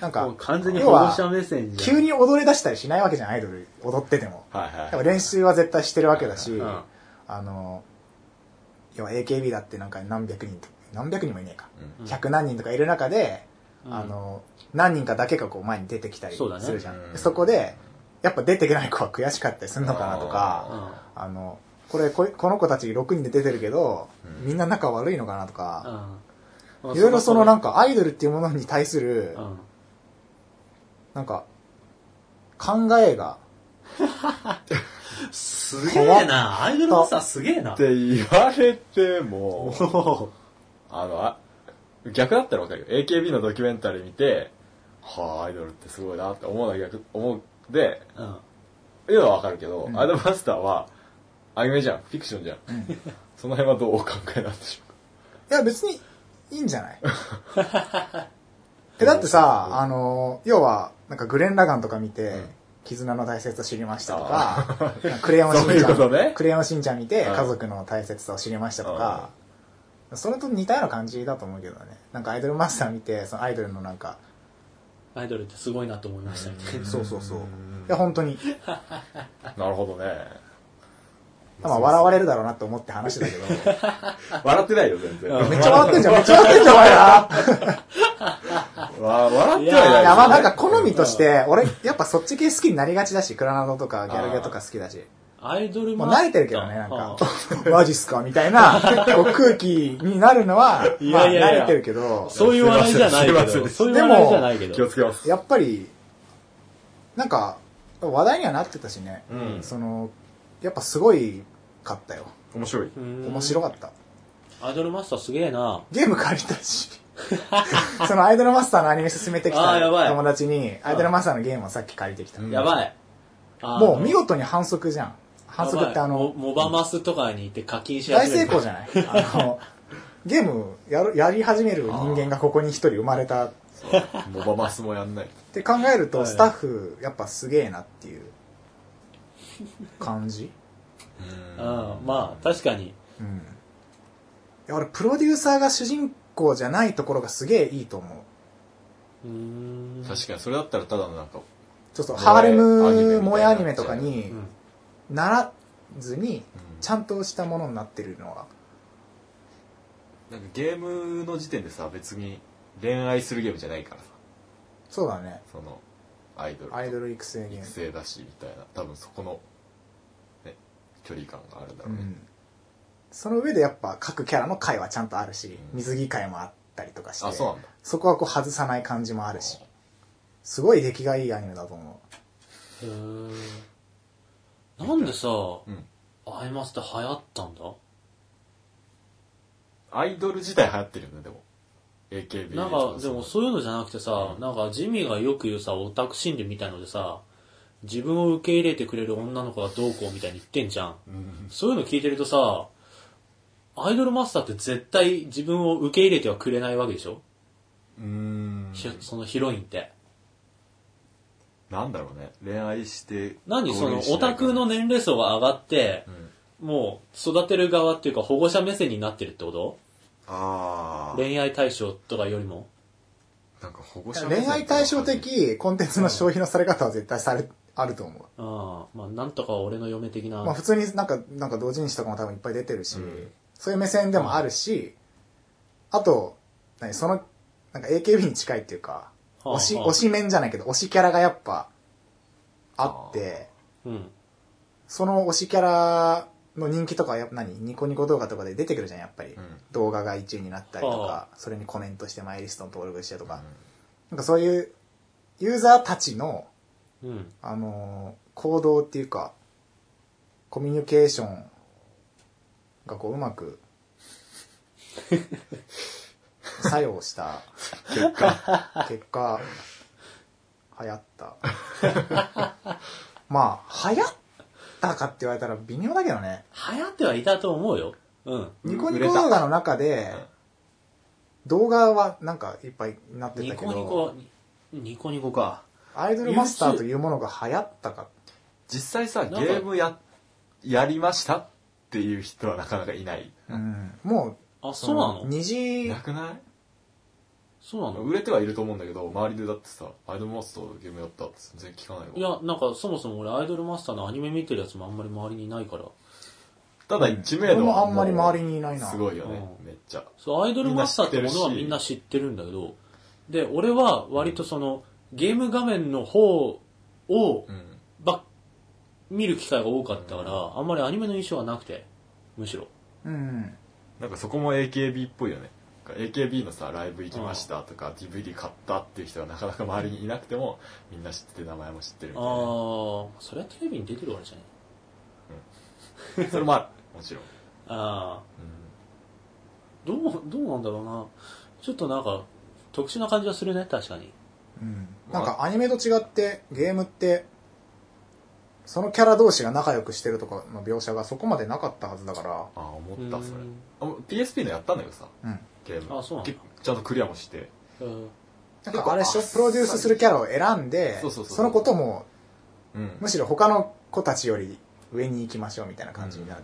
なん
も
か
う、完全に
要
保護
は
者目線じゃん。
急に踊り出したりしないわけじゃん、アイドル踊ってても。
はいはい
やっぱ練習は絶対してるわけだ
う
し、
ん。
あの、要は AKB だってなんか何百人と何百人もいねえか。
う
うん
100何人とかいる中で、
うん
あの、何人かだけがこう前に出てきたりす
そうだね
るじゃん。そ,、
うん
こで、やっぱ出てけない子は悔しかったりするのかなと
う
か、
ん。
あの、これこ、この子たち6人で出てるけど、
うん
みんな仲悪いのかなとか、
うん。
いろいろそのなんんかアイドルっていうものに対する、なんか、考えが、
すげえな。アイドルマスターすげえな。
って言われても
おお。
あのあ逆だったらわかるよ AKB のドキュメンタリー見てはあアイドルってすごいなって思うだけだけど思うで
うん。
絵はわかるけど、
うん
アイドルマスターはアニメじゃんフィクションじゃん、
ん
<laughs> その辺はどうお考えなんでしょうか
いや、別にいいん
<laughs>
じゃないえ、だってさ、あの、要は、なんかグレン・ラガンとか見て、
うん
絆の大切さ知りましたとか、クレヨンしん
そうい
ち
う
ゃ
こと
ん、
ね
クレヨンしんちゃん見て、
はい
家族の大切さを知りましたとか、それと似たような感じだと思うけどね。なんかアイドルマスター見て、そのアイドルのなんか、
アイドルってすごいなと思いましたね。
そうそうそう。い
ん
や、本当に。
<laughs> なるほどね
まあ、笑われるだろうなと思って話だけど、
笑ってないよ全然
<laughs> めっちゃ笑ってんじゃん、めっちゃ笑ってんじゃん、お前ら
<laughs> わ笑ってはい
い
ない
いや、まあなんか
こ
好みとして、俺、やっぱそっち系好きになりがちだし、クラナドとかギャルゲとか好きだし。
アイドル
もう
マスター
慣れてるけどね、なん
あ
か <laughs>
あ、
マジっすかみたいな、こう空気になるのは、
い
まあ
やいやいや
慣れてるけ <laughs> ど、
そういう笑いじゃない
すい
け
ませ
ど。
ん
そういう笑いじゃないけど。
気をつけます
やっぱり、なんか、話題にはなってたしね、
うん
その、やっぱすごいかったよ。
面白
<laughs>
い
面白
い。
かった。
アイドルマスターすげえな。
ゲーム借りたし、そのアイドルマスターのアニメ進めてき
あ
た
ーやばい
友達に、アイドルマスターのゲームをさっき借りてきた。
うん
やばい。あの
もう見事に反則じゃん。反則ってあ
やば
の
いモ、モバマスとかに行って課金し
大成
めた
功じゃないあの、ゲームやるやり始める人間がここに一人生まれたっ
モバマスもやんない
て考える
は
と、
い
スタッフやっぱすげえなっていう感じ
うん、まあ、確かに。
うん。いや、俺プロデューサーが主人公じゃないところがすげえいいと思う。
うーん。
確かにそれだったらただのなんか
ちょっと
萌え
ハーレ
アニメみたい
ム
な
萌えアニメとか
う
に
ん
ならずに、ち
ゃ
ゃんとしたものになってるのは。
なんかゲームの時点でさ別に恋愛するゲームじゃないからさ
そうだね。
そのアイドル
アイドル育成ゲ
育
ー
成だしみたいな多分そこのね距離感があるんだろう
ム。う
ね
ん。その上でやっぱ各キャラの回はちゃんとあるし、
うん
水着回もあったりとかして。
あそうなんだ
そこはこう外さない感じもあるし、すごい出来がいいアニメだと思う。
へーなんでさ、
うん
アイマスって流行ったんだ
アイドル自体流行ってるよねでも AKB
なんか、でもそういうのじゃなくてさ
う、ん
なんかジミーがよく言うさ、オタク心理みたいのでさ、自分を受け入れてくれる女の子がどうこうみたいに言ってんじゃん。
うん
そういうの聞いてるとさ、アイドルマスターって絶対自分を受け入れてはくれないわけでしょ、
うーん
ひそのヒロインって。
なんだろうね恋愛して
何そ
合
の
流しない
オタクの年齢層が上がって
う、ん
もう育てる側っていうか保護者目線になってるってこと
ああ
恋愛対象とかよりも。
なんか保護者目線
恋愛対照的コンテンツの消費のされ方は絶対され、あると思う。
ああ、まあなんとか俺の嫁的な。
まあ普通になんか、なんか同人誌とかも多分いっぱい出てるし、
うん
そういう目線でもあるし、あと、何その、なんか AKB に近いっていうか、
はあ
推し、
はあ
推し面じゃないけど、推しキャラがやっぱ、あって、
うん。
その推しキャラの人気とかはやっぱ何ニコニコ動画とかで出てくるじゃん、やっぱり。
うん
動画が1位になったりと
は
か、それにコメントしてマイリストの登録してとか、なんかそういうユーザーたちの、
うん。
あのー行動っていうか、コミュニケーションがこううまく
<laughs>
作用した
結果 <laughs>
結果、流行
<laughs>
った。まあ、流行ったかって言われたら微妙だけどね。
流行ってはいたと思うよ。うん。
ニコニコ動画の中で、動画はなんかいっぱいになって
ニ
たけど、
コニコ、ニコニコか。
アイドルマスターというものが流行ったか。
実際さゲ
なんか
ームややりましたっていう人はなかなかいない
うん、も
あ、
う、
そうなの
二次
な、くない
そうなの
売れてはいると思うんだけど周りでだってさアイドルマスターのゲームやったって全然聞かないわ
いや、なんかそもそも俺アイドルマスターのアニメ見てるやつもあんまり周りにいないから。
ただ知名
俺
度
も
は
あんまり周りにいないな。
すごいよね
う
めっちゃ
そう、アイドルマスターってものは
み
み
ん
ん
な
な知ってるんだけど、で、俺は割とその、ゲーム画面の方を
う、ん
ば、見る機会が多かったから、あんまりアニメの印象はなくて、むしろ。
うん。
なんかそこも AKB っぽいよねなんか AKB のさライブ行きましたとか DVD 買ったっていう人はなかなか周りにいなくてもみんな知ってて名前も知ってるみたいな
ああ、それはテレビに出てるわけじゃない。
それもあるもちろん、
ああ、どう、どうなんだろうな。ちょっとなんか、特殊な感じはするね、確かに。
うんなんかアニメと違ってゲームってそのキャラ同士が仲良くしてるとかの描写がそこまでなかったはずだから
ああ思ったそれ
うん
あ PSP のやったんだけどさ
うん
ゲーム
あそうなんだ
けちゃんとクリアもして
うん
なんかあれっしょ
結構
プロデュースするキャラを選んで
そうそうそう
そのことも
うん
むしろ他の子たちより上に行きましょうみたいな感じになる、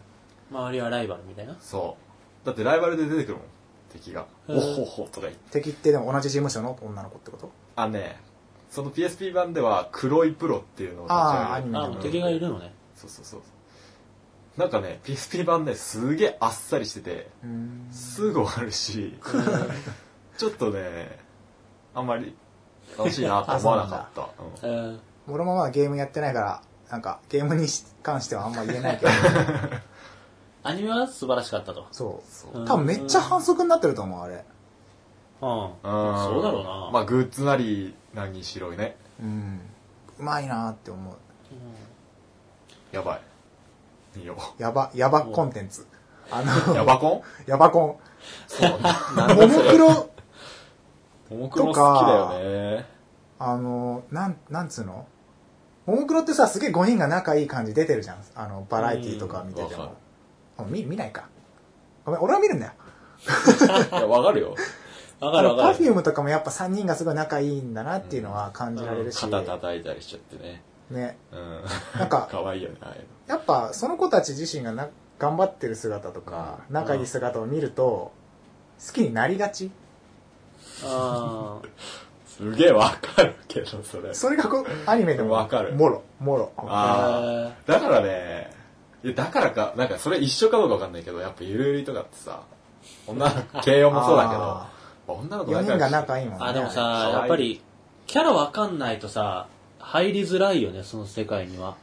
周りはライバルみたいな
そうだってライバルで出てくるもん敵が「
へ
お
ー
っほっほ」とか言って
敵ってでも同じ事務所の女の子ってこと
あねその PSP 版では黒いプロっていうのを立ち
ああア
上
ニ
げる
メの
あもう敵がいるのね
そうそうそうなんかね PSP 版ねすげえあっさりしてて
うん
すぐ終わるし
うん
ちょっとねあんまり楽しいなと思わなか
<laughs>
ったうん
うん
俺もまだゲームやってないからなんかゲームに関してはあんま言えない
<laughs>
けど
アニメは素晴らしかったと
そ
そうう
う多分めっちゃ反則になってると思うあれ
うん
ん
そうだろうな
まあグッズなり何にしろね
うんうまいなーって思う
やばいいいよ
やばやばコンテンツあの
ヤ
<laughs>
バコン
ヤバコ
そう
ン。ももクロ、
ももクロ好きだよね
あの、なん、なんつうのももクロってさ、すげえ5人が仲いい感じ出てるじゃん。あの、バラエティとか見てて
うんわ
も。あ見、見ないか。ごめん、俺は見るんだよ。
いやわかるよ
わか
あ
る
の、
わ
パ
か
フ
る
ュームとかもやっぱ3人がすごい仲いいんだなっていうのは感じられるし。
肩叩いたりしちゃってね
ね。
うん
なんか
可愛いよねああいうの
やっぱその子たち自身がな頑張ってる姿とか、
う
仲いい姿を見ると、好きになりがち。
あー
すげえわかるけどそれ
それがこう、アニメでも、
わかる
もろ、もろ。
ああだからねいやだからかなんかそれ一緒かどうかわかんないけどやっぱゆるゆりとかってさ女の子慶応もそうだけど
あ
まあ女の子
4人が仲いいもんね。
あでも
あれ
さ
可愛い
やっぱりキャラわかんないとさ入りづらいよねその世界には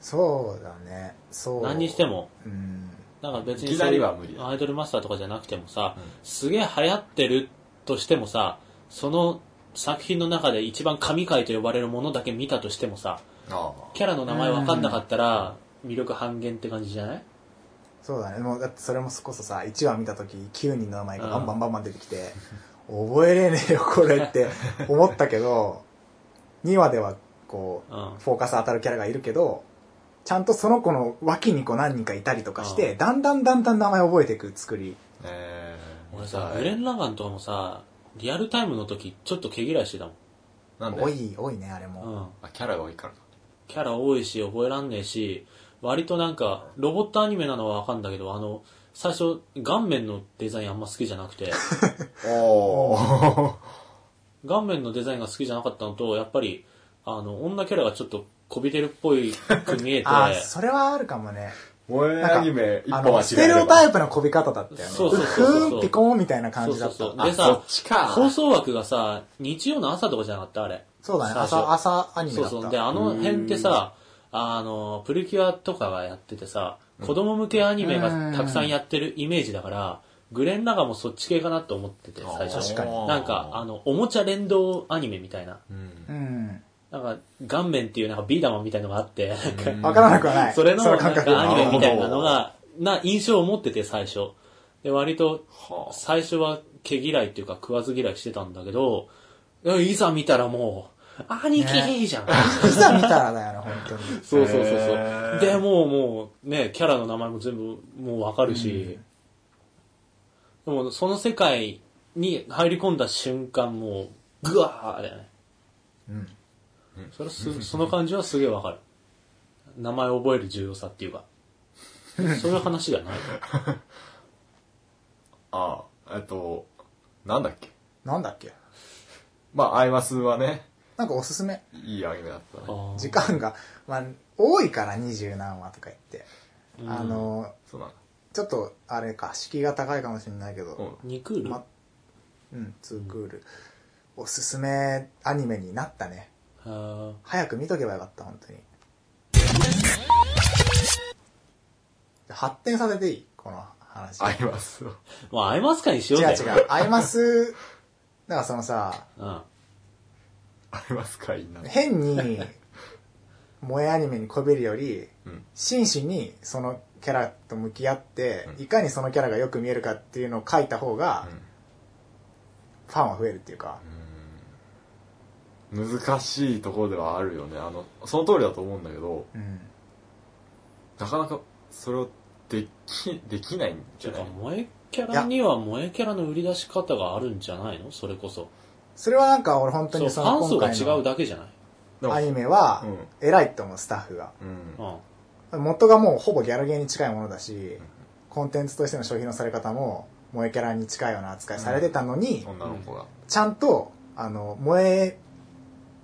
そうだね。そう。
何にしても
うん。
なんか別に
いきなりは無理
アイドルマスターとかじゃなくてもさ、
うん
すげえ流行ってるとしてもさその作品の中で一番神回と呼ばれるものだけ見たとしてもさ
あ
キャラの名前わかんなかったら魅力半減って感じじゃない
そうだね。もう、だってそれもこそさ、1話見たとき、9人の名前がバンバンバンバン出てきて、覚えれねえよ、これって思ったけど、2話では、こう、
うん
フォーカス当たるキャラがいるけど、ちゃんとその子の脇にこう何人かいたりとかして、
う
だんだんだんだん名前覚えていく作り。
あね
俺さグレン・ラガンとかもさリアルタイムの時ちょっと毛嫌いしてたも
なん
多
で
い、多いね、あれも。
ん、うん、
あキャラが多いから
キャラ多いし覚えらんねえし割となんかロボットアニメなのはわかんだけどあの最初顔面のデザインあんま好きじゃなくて
おお
顔面のデザインが好きじゃなかったのと、やっぱり、あの、女キャラがちょっとこびてるっぽいく見えて、
<laughs> ああ、それはあるかもね。
萌えアニメ一
あ
本は
の、
違
ステレオタ
イ
イプのこび方だったよね。
そうそうそうそう
ふーん、ピコーンみたいな感じだった。
そうそうそう
あ
でさ
そっちか
放送枠がさ、日曜の朝とかじゃなかったあれ。
そうだね。
最初
朝、朝アニメだ
そ
った。
うそう。で、あの辺ってさ、あの、プリキュアとかがやっててさ、子供向けアニメがたくさんやってるイメージだから、グレンラガもそっち系かなと思ってて、最初。
確かに
なんか、あの、おもちゃ連動アニメみたいな。
うん
うん。
なんか、顔面っていうなんかビー玉みたいのがあって、なんか
わからなくはない。
それの
その
なんか
感覚
アニメみたいなのが、な印象を持ってて最初。で、割と
は
最初は毛嫌いっていうか食わず嫌いしてたんだけど、いざ見たらもう、兄貴いいじゃん。
いざ見たらだよね、本当に。
<laughs> そうそうそう
へ
そう。
ー
で、もうもうね、キャラの名前も全部もうわかるし、でもその世界に入り込んだ瞬間もう、ぐわーだよね。
うん。
それす、その感じはすげえわかる。名前を覚える重要さってい
<laughs>
うか。そういう話じゃない。
ああえっとなんだっけ
なんだっけ
まあアイマスはね
なんかおすすめ。
いいアニメだったね
あー
時間が、まあ、多いから二十何話とか言って。
うん
あの、
そうなんだ
ちょっと、あれか、敷居が高いかもしれないけ
う
ど、
ん
ニクール、
ま、うん、ツークール。おすすめアニメになったね。
あ
早く見とけばよかった、本当に。発展させていいこの話。
アイマスを
ーまあ、アイマスカにしよう
違う
ぜ。
違う。アイマス、なんかそのさ、
うん。
アイマス会になる
変に、萌えアニメにこびるより、
うん
真摯にそのキャラと向き合って、
うん
いかにそのキャラがよく見えるかっていうのを書いた方が、ファンは増えるっていうか、
うん難しいところではあるよねあのその通りだと思うんだけど
うん。
なかなかそれをできできないん
て
じ
い
ゃ
う
な
か
い
萌えキャラには萌えキャラの売り出し方があるんじゃないのそれこそ
それはなんか俺本当
そう
に
フ
そ
ァ
の
ン層
今
が
回
違う
の
だけじゃない
でも
アニメは
うん
偉いと思う、スタッフが。
うん
うん
元がもうほぼギャルゲーに近いものだし、コンテンツとしての消費のされ方も萌えキャラに近いような扱いされてたのに、
女の子が
ちゃんと、あの、萌え、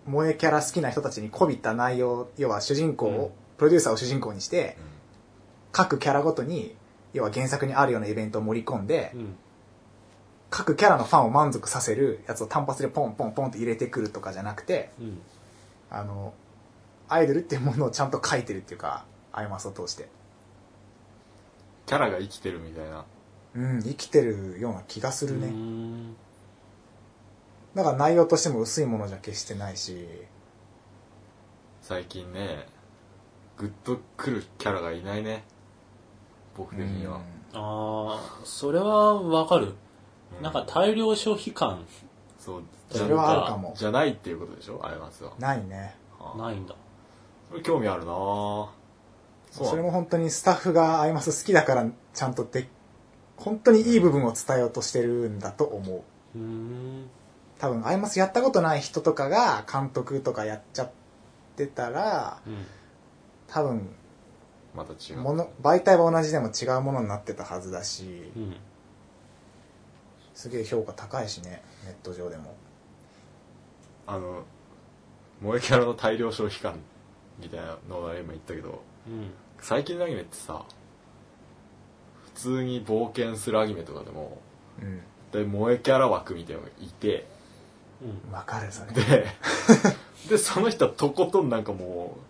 萌えキャラ好きな人たちにこびた内容、要は主人公を、
うん
プロデューサーを主人公にして、各キャラごとに、要は原作にあるようなイベントを盛り込んで、
うん
各キャラのファンを満足させるやつを単発でポンポンポンって入れてくるとかじゃなくて、
うん
あの、アイドルっていうものをちゃんと書いてるっていうか、アイマスを通して。
キャラが生きてるみたいな
うん、生きてるような気がするね。
うーん
だから内容としても薄いものじゃ決してないし、
最近ねグッとくるキャラがいないね僕的には、
ああそれはわかる
う
なんか大量消費感
そう
うんそれはあるかも
じゃないっていうことでしょあれますは
うんないね。
はあ
ないんだ
それ興味あるなぁそう
それ
なの
も本当にスタッフがアイマス好きだからちゃんとで本当にいい部分を伝えようとしてるんだと思う
うーん
多分アイマスやったことない人とかが監督とかやっちゃってたら
うん
多分
また違う
もの媒体は同じでも違うものになってたはずだし
うん
すげえ評価高いしねネット上でも
あの萌えキャラの大量消費感みたいなのが今言ったけど
うん
最近のアニメってさ普通に冒険するアニメとかでも
うん
で萌えキャラ枠みたいなのがいて
うん
わかるそれ
ででその人はとことんなんかもう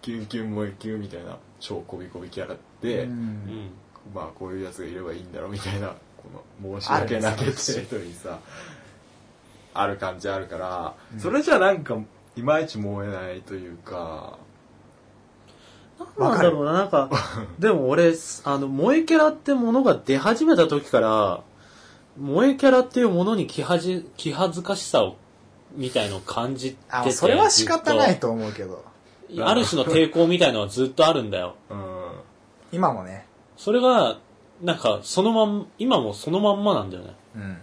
キュンキュン萌えキュンみたいな超こびこびキャラで、
うん
うん
まあこういうやつがいればいいんだろうみたいなこの申し訳な
ある
け
ね
っていう人にさある感じあるから、
うん
それじゃなんかいまいち燃えないというか
なんだろうな、なんか、
<laughs>
でも俺、あの、萌えキャラってものが出始めた時から、萌えキャラっていうものに気はじ、気恥ずかしさを、みたいのを感じて
あ
て。
それは仕方ない
ず
と思うけど
っとある種の抵抗みたいのはずっとあるんだよ。
うん
今もね
それが、なんか、そのまん、今もそのまんまなんだよね。
うん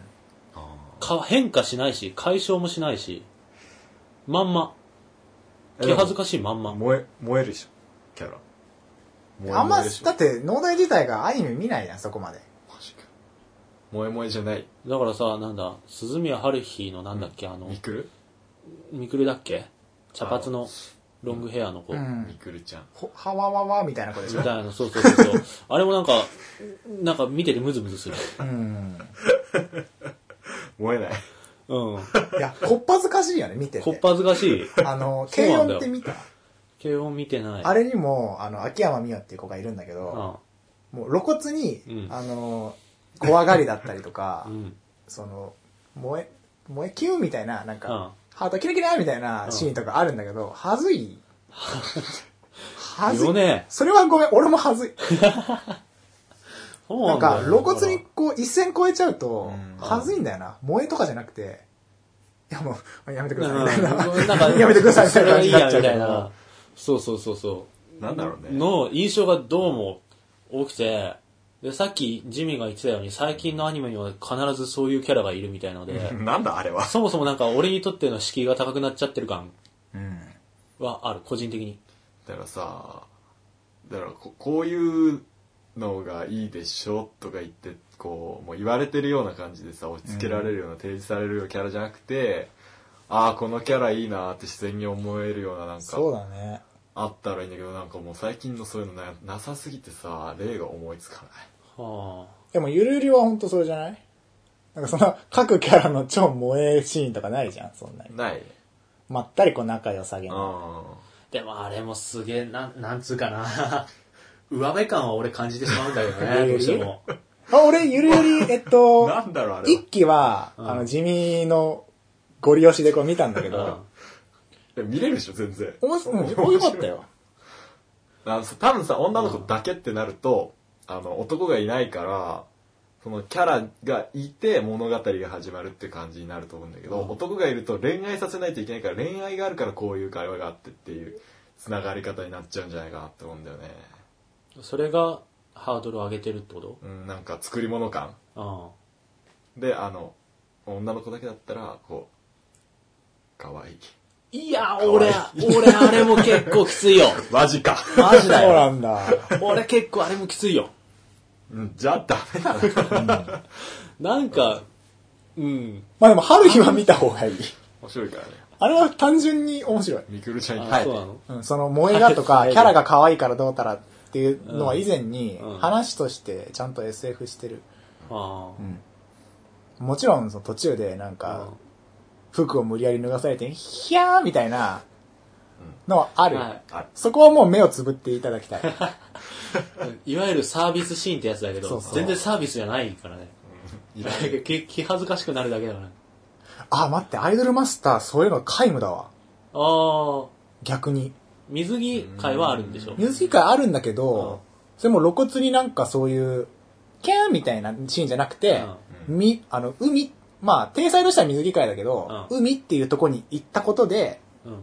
か変化しないし、解消もしないし、まんま。
え
気恥ずかしいまんま。
燃え燃えるでしょキャラ燃え
あんま
燃えでしょ
だって農大自体がアニメ見ないじゃんそこまで
マジか燃え燃えじゃない
だからさ、なんだ、鈴宮春日のなんだっけ、あの
み、くる
みくるだっけ茶髪のロングヘアの子。
うん
みくるちゃん
ほはわわわみたいなことでし
み
ょ
たいな、そうそうそうそう。あれもなんか、なんか見ててムズムズする。
うん
燃えない
うん。
いや、こっぱずかしいよね、見てて。
こっぱずかしい。
あの、
<laughs> そう
軽
なん
音
だよ
って見た
慶応見てない。
あれにも、あの、秋山美代っていう子がいるんだけど、
あ
もう露骨に、
うん
あの、怖がりだったりとか
<laughs> う、ん。
その、萌え、萌えキュンみたいな、なん
うん
か、ハートキラキラみたいうなんシーンとかあるんだけど、はず
<laughs>
い。はず
よ
い。
ね。
それはごめん、俺もはずい。
そう
な
なんんだ
か、
よ
露骨にこう、一線越えちゃうと
うん、
はずいんだよな。萌えとかじゃなくて、いやもう、やめてく
う
ださい
ん
みたいな。 <laughs>
なんか、
やめてくださいみ
そ
たい
れ
な
は
感じ
い
に
い
な
や、
っちゃ
み
うけど
たいな。そうそうそうそう。
なんだろうね
の印象がどうも多くて、で、さっきジミーが言ってたように、最近のアニメには必ずそういうキャラがいるみたいので、
なんだあれは
そもそもなんか俺にとっての敷居が高くなっちゃってる感
うん
はある、個人的に。
だからさだからここういうのがいいでしょとか言ってこうもう言われてるような感じでさ押し付けられるような、提示されるようなキャラじゃなくてああこのキャラいいなーって自然に思えるようななんか
そうだね。
あったらいいんだけどなんかもう最近のそういうのななさすぎてさ例が思いつかない
はあ。
でも、ゆるゆりは本当それじゃないなんかその、各キャラの超萌えシーンとかないじゃん、そんなに。
ない
まったりこう仲良さげな。
あ
でもあれもすげえ、なん、なんつうかな。 <laughs> 上辺感は俺感じてしまうんだけどね、どうしても。
あ、俺、ゆる
<laughs>
ゆり、えっ
あ
と、
なんだろうあれは
一期は、
うん
あの、地味のゴリ押しでこう見たんだけど、
でも見れるでしょ全然
面白い、面白かったよ。
あのさ多分さ女の子だけってなると、あの男がいないからそのキャラがいて物語が始まるって感じになると思うんだけど、
うん
男がいると恋愛させないといけないから恋愛があるからこういう会話があってっていうつながり方になっちゃうんじゃないかなって思うんだよね
それがハードルを上げてるってこと
うんなんか作り物感
あ
であの女の子だけだったらこうかわいい
あいや、
俺
俺、俺あれも結構きついよ。
マジ
<laughs>
か
マジだ
<laughs> そう
よ。
なんだ。
俺結構あれもきついよ。
うんじゃあダメだな
なんか、うん。
まあでも、春日は見た方がいい。
面白いからね
<laughs> あれは単純に面白い。
みくるちゃんに
あ、そうなの
うん、その萌えがとか、
はい
キャラが可愛いからどうたらっていうのは以前に
うん、
話としてちゃんと SF してる。
あ
もちろん、その途中でなん
あ。
か、服を無理やり脱がされて、ひゃーみたいなのはある。
はい
あ
そこはもう目をつぶっていただきたい。 <laughs>
いわゆるサービスシーンってやつだけ
そ
ど、
うそう
全然サービスじゃないからね。
いらない
気気恥ずかしくなるだけだから。
あ、待って、アイドルマスター、そういうの皆無だわ。
ああ、
逆に。
水着会はあるんでしょ
水着会あるんだけ
うん
ど、それも露骨になんかそういう、キャーみたいなシーンじゃなくて、
うん
み、あの、海、まあ、天才としては水着会だけど、
う
海っていうとこに行ったことで、
うん。うん。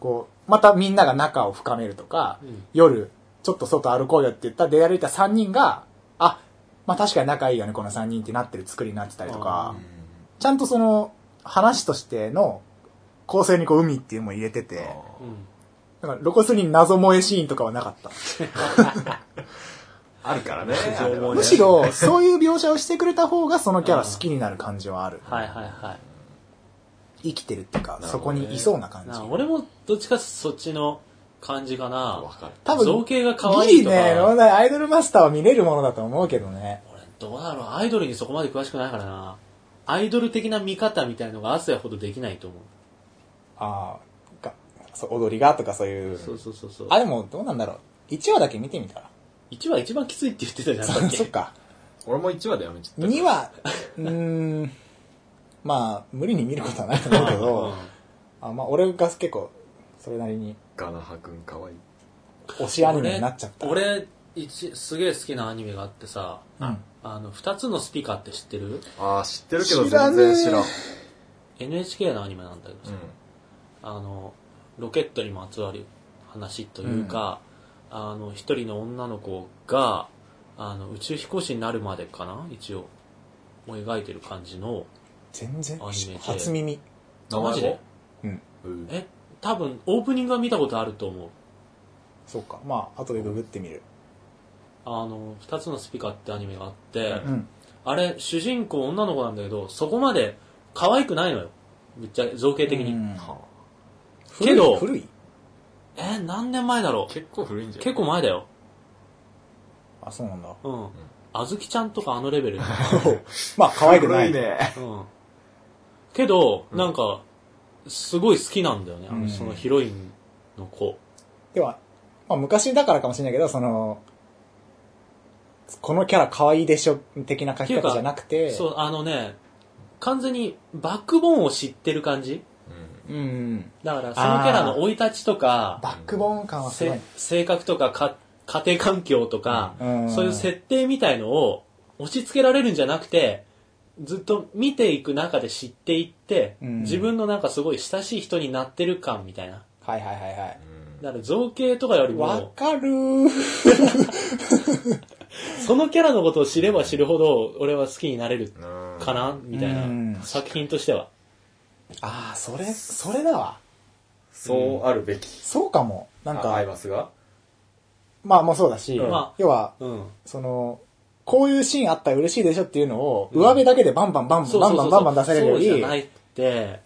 こう、またみんなが仲を深めるとか、
うん
夜、ちょっと外歩こうよって言った出歩いた3人が、あ、まあ確かに仲いいよね、この3人ってなってる作りになってたりとか
うん、
ちゃんとその、話としての構成にこう、海っていうのも入れて
あ
て、
ー
うん。
だから露骨に謎萌えシーンとかはなかった。
あるからね
非常に
むしろ、そういう描写をしてくれた方が、そのキャラ好きになる感じはある。
はいはいはい。
生きてるっていうか、
なる
そ
ほど
こ
ね
にいそうな感じ
な。あ俺もどっちかそっちの感じか
わ
な。
かる
多分
造形が可愛い
ギリ
と
ね、
か。
アイドルマスターは見れるものだと思うけどね。
俺、どうだろう。アイドルにそこまで詳しくないからな。アイドル的な見方みたいのがアスヤほどできないと思う。
ああ、がそう踊りがとかそういう。
そうそうそうそう。
あ、でもどうなんだろう。1話だけ見てみたら。
1話一番きついって言ってたじゃん、さ
そ
っき
っ。か。
俺も1話でやめちゃった
2話、うーん、まあ、無理に見ることはないと思うけど、あまあ、俺が結構、それなりに
ガナハ君かわいい
推しアニメになっちゃった。
俺、俺一すげえ好きなアニメがあってさ、
うん
あの、二つのスピカって知ってる
ああ知ってるけど
知ら
全
ねえ
然知らん
?NHK のアニメなんだけどさ、あの、ロケットにまつわる話というか、あの、一人の女の子が、あの、宇宙飛行士になるまでかな一応、を描いてる感じの、
全然
アニメで、
初耳。
名前
マジで
うん。
うん
え多分、オープニングは見たことあると思う。
そうか。まあ、後でググってみる。
あの、二つのスピカってアニメがあって、
うん。
あれ、主人公女の子なんだけど、そこまで可愛くないのよ。ぶっちゃけ、造形的に。
うん
は
古い
けど
古い
え、何年前だろ
あ
う
結構古いんじゃない
結構前だよ。
あ、そうなんだ。
うん。あずきちゃんとかあのレベル。
<laughs> まあ、可愛くない。
古いね
うん。けど、なんか、すごい好きなんだよね。あ
う
の、
ん
そのヒロインの子。
では、まあ、昔だからかもしれないけど、その、このキャラ可愛いでしょ、的な書き方じゃなくて、
そう、あのね、完全にバックボーンを知ってる感じ
うん
うんうん。
だから、そのキャラの生い立ちとか、
バックボーン感はすごい
せ。性格とかか家庭環境とか、
うん
そういう設定みたいのを押し付けられるんじゃなくてずっと見ていく中で知っていって、
うん
自分のなんかすごい親しい人になってる感みたいな
はいはいはいは
うん
だから造形とかより
い。わ
も
かるー。
そのキャラのことを知れば知るほど俺は好きになれる
うん
かなみたい
うん
な作品としては
ああ、それ、それだわ。
そうあるべき
そうかも。なん
あアイ
か、
バスが
まあもうそうだし、
うん
まあ
要は、
うん
その、こういうシーンあったら嬉しいでしょっていうのを、上辺だけでバンバンバンバンバンバンバンバン出されるよ
そうじ
り
ゃ、ないって、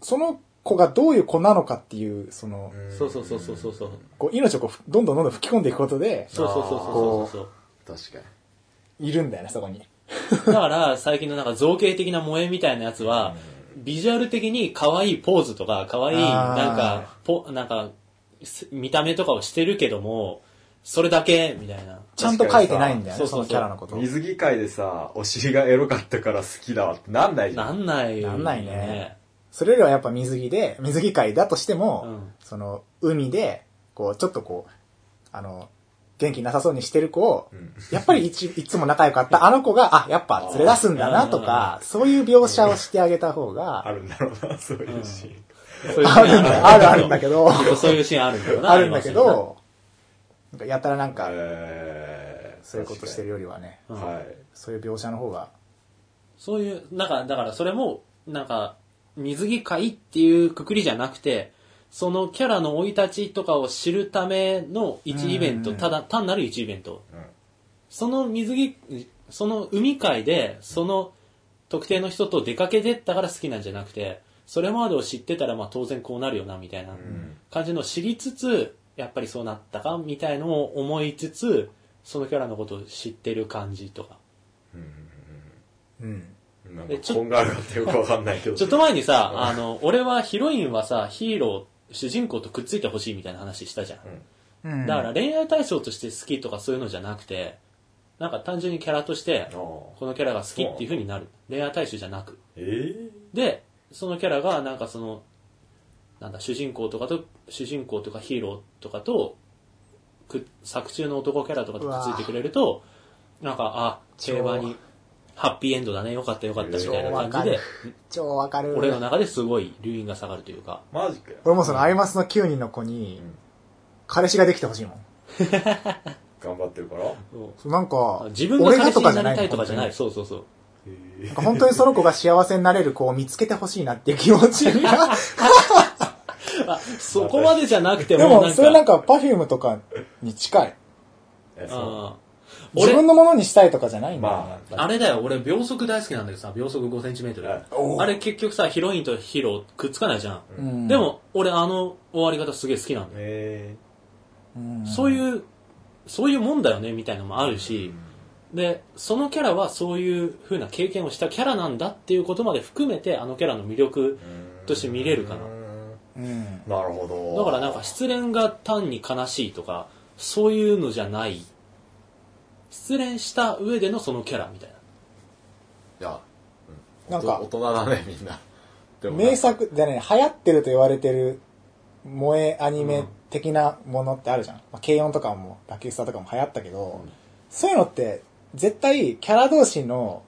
その子がどういう子なのかっていう、その、
ん
そうそうそうそうそうそう
こう命をこうふどんどんどんどん吹き込んでいくことで、
そうそうそうそうそうそう
確かに
いるんだよね、そこに。
だから、最近のなんか造形的な萌えみたいなやつは、ビジュアル的に可愛いポーズとか、可愛い、
あー
なんか、ポ、なんか、す見た目とかをしてるけども、それだけ、みたいな。
ちゃんと書いてないんだよ
そ
ね、そ
うそ
う
そ
の
う
キャラのこと。
水着界でさお尻がエロかったから好きだわってなんないじゃん
なんないよ、
なんないね。それよりはやっぱ水着で、水着界だとしても、
うん
その、海で、こう、ちょっとこう、あの、元気なさそうにしてる子を、
うん
やっぱりいち、いつも仲良かったあの子が、あ、やっぱ連れ出すんだなとか、そういう描写をしてあげた方
あ
が、
るんだろうな <laughs> そういうシーン、
そういうシーン
あるんだ、あるあるんだけど、
<laughs> ど。そういうシーンあるんだよな。
あるんだけ
ありますよ
ど、なんかやたらなんか、
えー
そういうことしてるよりはね、
な、うん
はい
そういう描写の方が、
そういう、なんか、だからそれも、なんか、水着会っていうくくりじゃなくて、そのキャラの生い立ちとかを知るための一イベン
う
ト、
ん
ただ、単なる一イベント。
うん
その水着、その海海で、その特定の人と出かけてったから好きなんじゃなくて、それまでを知ってたら、まあ当然こうなるよな、みたいな
うん
感じのを知りつつ、やっぱりそうなったか、みたいのを思いつつ、そのキャラのことを知ってる感じとか。
うん。
うんなん
え
か
ちょ
こんがらがってよくわかんないけど
ちょっと前にさ
う、ん
あの、俺はヒロインはさ、ヒーロー、主人公とくっついてほしいみたいな話したじゃん。
うん
だから、恋愛対象として好きとかそういうのじゃなくて、なんか単純にキャラとして、
うんああ
このキャラが好きっていう風になる。恋愛対象じゃなく。
えー
で、そのキャラがなんかその、なんだ、主人公とかと、主人公とかヒーローとかと、く作中の男キャラとかとくっついてくれると、なんか、あ、平和に、ハッピーエンドだね、よかったよかったみたいな感じで、
超わかる。
俺の中ですごい留飲が下がるというか、
マジかよ
俺もそのアイマスの9人の子に
うん、
彼氏ができてほしいもん。
頑張ってるから
なんか、
自分が彼氏になりた
俺
い
が
とかじゃない。
本
そうそうそう。
え
当になんか本当にその子が幸せになれる子を見つけてほしいなっていう気持ちが。
あ、そこ <laughs> までじゃなくて
で
も、な
も、
ん
それなん
か、
か、パフュームとかに近い。
えそ
あ
自分のものにしたいとかじゃないんだよね
まあ
あれだよ、俺秒速大好きなんだけどさ、秒速5センチメート
はい
ル。あれ結局さ、ヒロインとヒーローくっつかないじゃん。
うん
で、も、俺あの終わり方すげえ好きなん
う
だよ。
え
そう
う
いう、そういうもんだよね、みたいのもある
ー
し、で、そのキャラはそういう風な経験をしたキャラなんだっていうことまで含めて、あのキャラの魅力
うん
として見れるかな
うん
ん。うん。
なるほど
だからなんか失恋が単に悲しいとか、そういうのじゃない。失恋した上でのそのキャラみたいな。
いや、うん、
なんか
大人だねみんなでもなんか
名作、じゃね、流行ってると言われてる、萌えアニメ的なものってあるじゃん。まあ、軽音とかも、ラッキースターとかも流行ったけど、そういうのって、絶対、キャラ同士の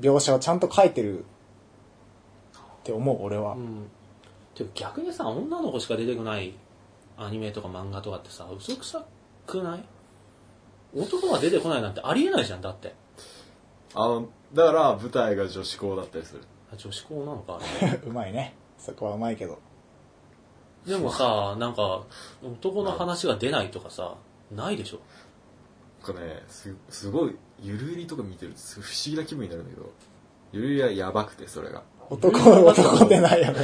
描写をちゃんと書いてるって思う、俺は
う。ん。てか逆にさ、女の子しか出てこないアニメとか漫画とかってさ、嘘くさくない男が出てこないなんてありえないじゃん、だって。
あのだから舞台が女子校だったりする
あ女子校なのか。
<laughs> うまいね。そこはうまいけど。
でもさ、なんか、男の話が出ないとかさ、ないでしょ。
なんかねすすごいゆるゆりとか見てるとすごい不思議な気分になるんだけどゆるゆりはやばくてそれが
男、男出ないよね。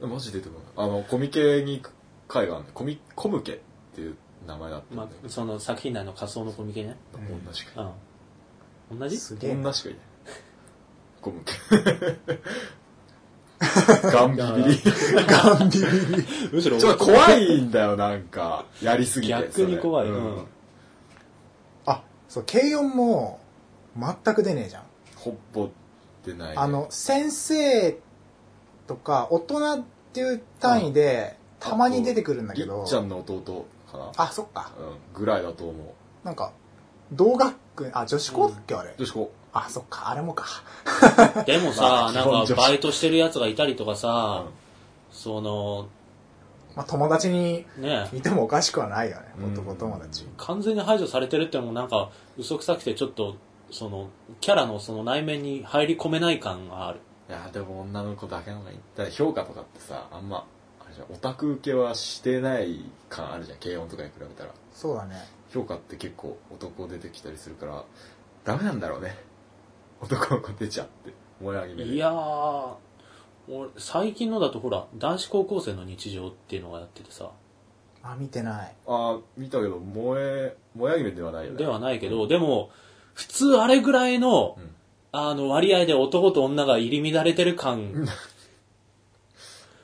マジ出てこないあのコミケに会があるんでコミコムケっていう名前だったんだ
ま
け
あ、
ど、
その作品内の仮想のコミケね。
同じく
うん。同じ
すげえな。
女しかいないコムケガ
<laughs>
ンビビリ
むしろ
ちょっと怖いんだよ、なんか。やりすぎて。
逆に怖い
それ
うん
あ、そう、軽音も、全く出ねえじゃん。
ほっぽってない、
あ、の、先生とか、大人っていう単位で、たまに出てくるんだけ
り
ど
っち、ゃんの弟かな。
あ、そっか。
うん。ぐらいだと思う。
なんか、同学区、あ、女子校だっけあれ
女。子校。
あ、そっか、あれもか。
でも
ま
さ
あ、
な
基本
ん
女子
かバイトしてるやつがいたりとかさ
うん、
その、
まあ、友達に
ね、
いてもおかしくはないよね、
うん
男友達。
完全に排除されてるってのもなんか、嘘くさくてちょっと、その、キャラのその内面に入り込めない感がある。
いや、でも女の子だけの方がいい。だから評価とかってさ、あんま、あれじゃんオタク受けはしてない感あるじゃん。軽音とかに比べたら。
そうだね。
評価って結構男出てきたりするから、ダメなんだろうね。男の子出ちゃって。萌えアニメで。
いやー、俺、最近のだとほら、男子高校生の日常っていうのがやっててさ、
あ、見てない。
あー見たけど、萌え、萌えアニメではないよね。
ではないけど、
うん
でも、普通あれぐらいの、
うん
あの、割合で男と女が入り乱れてる感。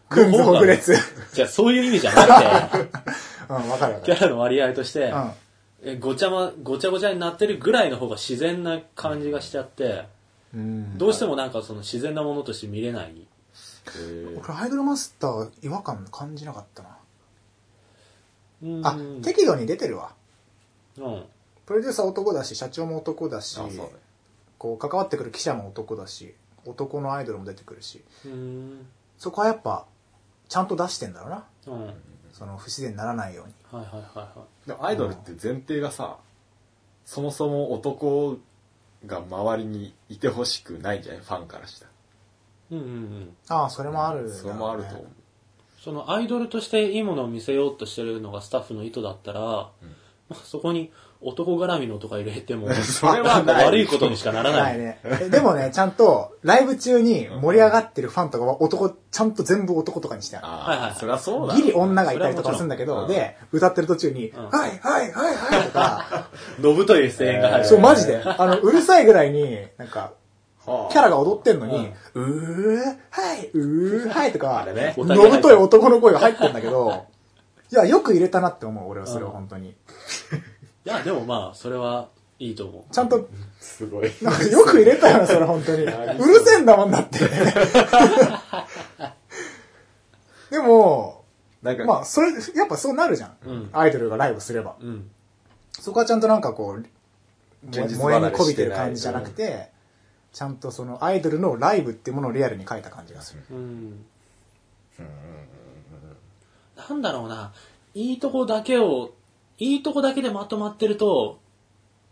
くんずほぐれつ。
じゃあそういう意味じゃなくて、
うん、わか <laughs> るわか
キ
る。
ャラの割合として、
うん。
えごちゃま、ごちゃごちゃになってるぐらいの方が自然な感じがしちゃって、
うん
どうしてもなんかその自然なものとして見れない。
えー
俺、アイドルマスター違和感感じなかったな。
うーん
あ、適度に出てるわ。
うん。
プロデューサー男だし、社長も男だし、
そうね
こう、関わってくる記者も男だし、男のアイドルも出てくるし、
うーん。
そこはやっぱ、ちゃんと出してんだろうな。
うん。はい
その、不自然にならないように。
はいはいは
でもアイドルって前提がさそもそも男が周りにいてほしくないじゃんファンからしたら
い。うんうんうん。
ああ、それもある、
それもあると思う、
そのアイドルとしていいものを見せようとしてるのがスタッフの意図だったら、まあそこに男絡みのとか入れて
<laughs>
も、
それは
なんか
ない
悪いことにしかならな。
ないいね。えで
<laughs>
もね、ちゃんと、ライブ中に盛り上がってるファンとかは男、ちゃんと全部男とかにしてある。
ああ、
はいはい
そりゃそうだ
ギリ女がいたりとかするんだけ
それは
ど、
もちろん
で、歌ってる途中に、
うん
はいはいはいはいと
<laughs>
か、
のぶとい声援が入る。
そう、マジで、あの、うるさいぐらいに、なんか、
はあ
キャラが踊ってんのに、うー、はい、うー、はいとか、
れね
のぶとい男の声が入ってんだけど、いや、よく入れたなって思う、俺はそれは本当に。
いや、でもまあ、それはいいと思う。
ちゃんと、
すごい
なんかよく入れたよな、それ本当に。うるせえんだもんだ <laughs> って。でも、
なんか、
まあ、それ、やっぱそうなるじゃん。
うん。
アイドルがライブすれば。
うん。
そこはちゃんとなんかこう、
現
燃え
実
燃え
離
に
れ
こび
してて
る
ない
感じじゃなくて、ちゃんとそのアイドルのライブっていうものをリアルに書いた感じがする。
うん。
うんうん
なんだろうな、いいとこだけを、いいとこだけでまとまってると、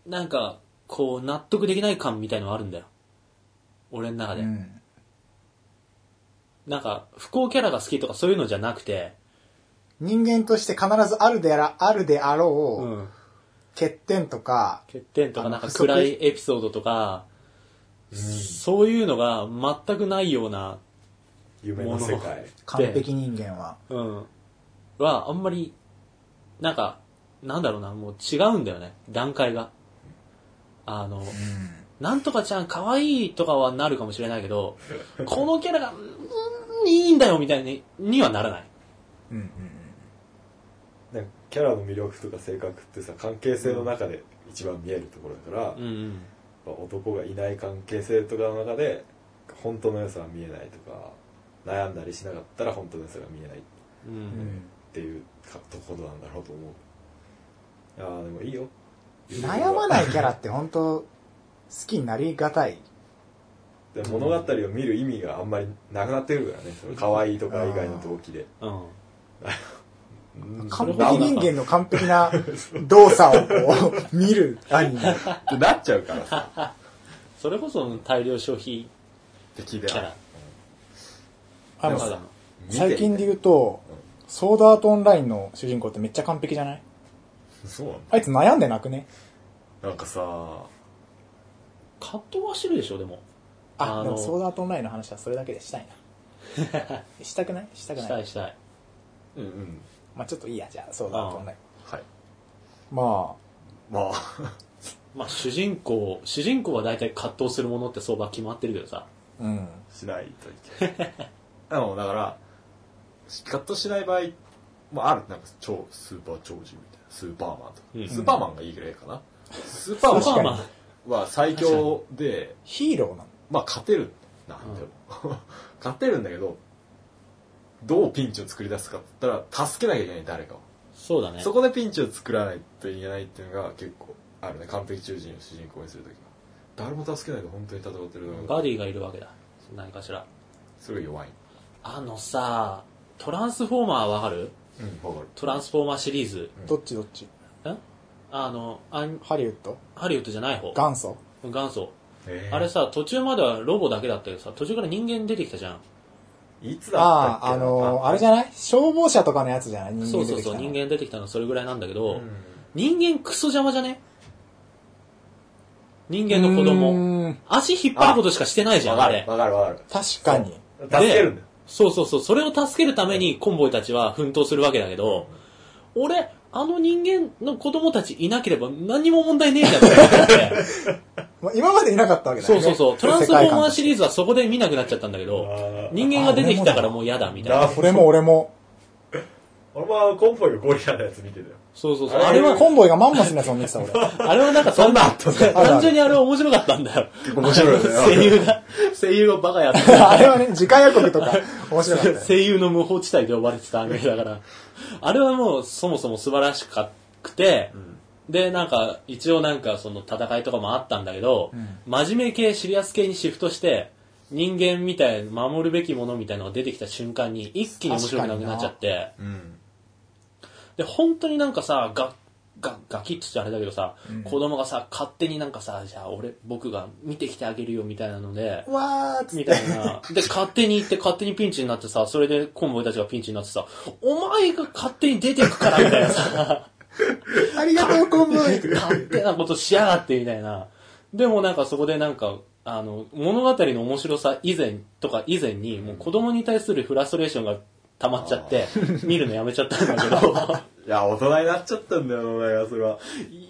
なんか、こう、納得できない感みたいのはあるんだよ。俺の中で。
うん。
なんか、不幸キャラが好きとかそういうのじゃなくて、
人間として必ずあるであら、あるであ
う
ろう、
ん。
欠点とか、
欠点とか、なん
あ
か
の不足
暗いエピソードとか、そういうのが全くないような、
夢の世界
完璧人間は。
うん。は、あんまり、なんか、なんだろうな、もう違うんだよね、段階が。あの、
うん。
なんとかちゃん可愛いとかはなるかもしれないけど、このキャラが、うーん、いいんだよみたいに、にはならない。
うんうん
なんかキャラの魅力とか性格ってさ関係性の中で一番見えるところだから、
うんうん。
まあ男がいない関係性とかの中で本当の良さは見えないとか悩んだりしなかったら本当の良さが見えないっ
う。
うんん。
ていうかところなんだろうと思うああでもいいよ
悩まないキャラって本当好きになりがたい。
で物語を見る意味があんまりなくなってくるからねその可愛いとか以外の動機で
うん。
うん
完璧人間の完璧な動作をこう見 <laughs> るアニメ。
ってなっちゃうからさ
それこそ大量消費
敵
キ
で
ャ
あ
ラ。
あの
でも
さ
さ、見て
最近で言うと、ソードアートオンラインの主人公ってめっちゃ完璧じゃない
そうなん
あいつ悩んでなくね
だなんかさ
葛藤はしてるでしょ、でも。
あ、
あ
でも
の、
ソードアートオンラインの話はそれだけでしたい <laughs> な。したくないしたく
し
な
た
い。
いしたい。
うんうん
まあちょっといいや、じゃあ、ソードアートオンライン。
はい
ま
まあ
まあ、主人公、主人公は大体葛藤するものって相場決まってるけどさ。
あ、うん。
しないといけない <laughs> あのだからカットしない場合もあるなんか超スーパー長寿みたいなスーパーマンとか、
うん
スーパーマンがいいぐらいかなスーパ
確か
ー
に
マンは最強で
ヒーローなの。
まあ勝てるなんでも、 <laughs> 勝てるんだけどどうピンチを作り出すかって言ったら助けなきゃいけない誰かを
そうだね。
そこでピンチを作らないといけないっていうのが結構あるね完璧中人を主人公にするときは誰も助けないで本当に戦ってるのが
バディがいるわけだ。何かしら。
すごい弱い
あのさ、トランスフォーマーわかる
うんわかる
トランスフォーマーシリーズ。
うん
どっちどっち
んあの、アニ
ハリウッド
ハリウッドじゃない方。
元祖
元祖。
へー
あれさ、途中まではロボだけだったけどさ、途中から人間出てきたじゃん。
いつだった
あ
っけ
あ、あのー、あれじゃない消防車とかのやつじゃない人
そ
間出
う
て
そう
きた
そう、
の
人間出てきたのそれぐらいなんだけど、
うん
人間クソ邪魔じゃね人間の子
う
供。
ーん
足引っ張ることしかしてないじゃん、
わ
あ
かる
れ。
わかるわか
確かに。
る助けるんだよ
そうそうそう、それを助けるためにコンボイたちは奮闘するわけだけど、俺、あの人間の子供たちいなければ何にも問題ねえじゃんって思って。
まあ、今までいなかったわけだよ
<laughs> そう
ね。
そうそう。トランスフォーマーシ
ー
リーズはそこで見なくなっちゃったんだけど、
あー
人間が出てきたからもう嫌だみたいな。
俺も俺も。
俺もコンボイがゴリラのやつ見てたよ
そうそうそう。
あれ
あれは、
コンボイがマンモスのやつも見てた俺。
<laughs> あれはなんかそんな、単純にあれは面白かったんだよ。
結構面白いよね
<laughs> 声優が、声優がバカやって
あれはね、次回予告とか面白か
<laughs>
ったよ。
声優の無法 <laughs> 地帯と呼ばれてたアニメだから、あれはもうそもそも素晴らしくて、で、なんか、一応なんかその戦いとかもあったんだけど、
うん
真面目系、シリアス系にシフトして、人間みたい、守るべきものみたいなのが出てきた瞬間に、一気に面白くなくなっちゃって、
うん
で、本当になんかさ、が、が、ガキって言っちゃあれだけどさ、
うん
子供がさ、勝手になんかさ、じゃあ俺、僕が見てきてあげるよみたいなので、
わーっつっ
み
て
た。いな。で、勝手に行って勝手にピンチになってさ、それでコンボイたちがピンチになってさ、お前が勝手に出てくからみたいなさ、
ありがとう、コンボ
<laughs>
イ
勝手なことしやがってみたいな。でもなんかそこでなんか、あの、物語の面白さ以前とか以前に、もう子供に対するフラストレーションが溜まっちゃって、見るのやめちゃったんだけど、
いや大人になっちゃったんだよお前はそれは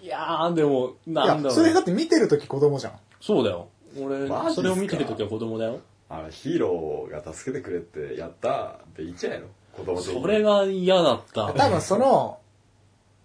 い
やー、でも、
い
な
や、
んだろう。
それだって見てるとき子供じゃん。
そうだよ。俺
マジっす、か
それを見てるときは子供だよ。
あのヒーローが助けてくれってやったって言っちゃえの子供的に
それが嫌だった。
多分その、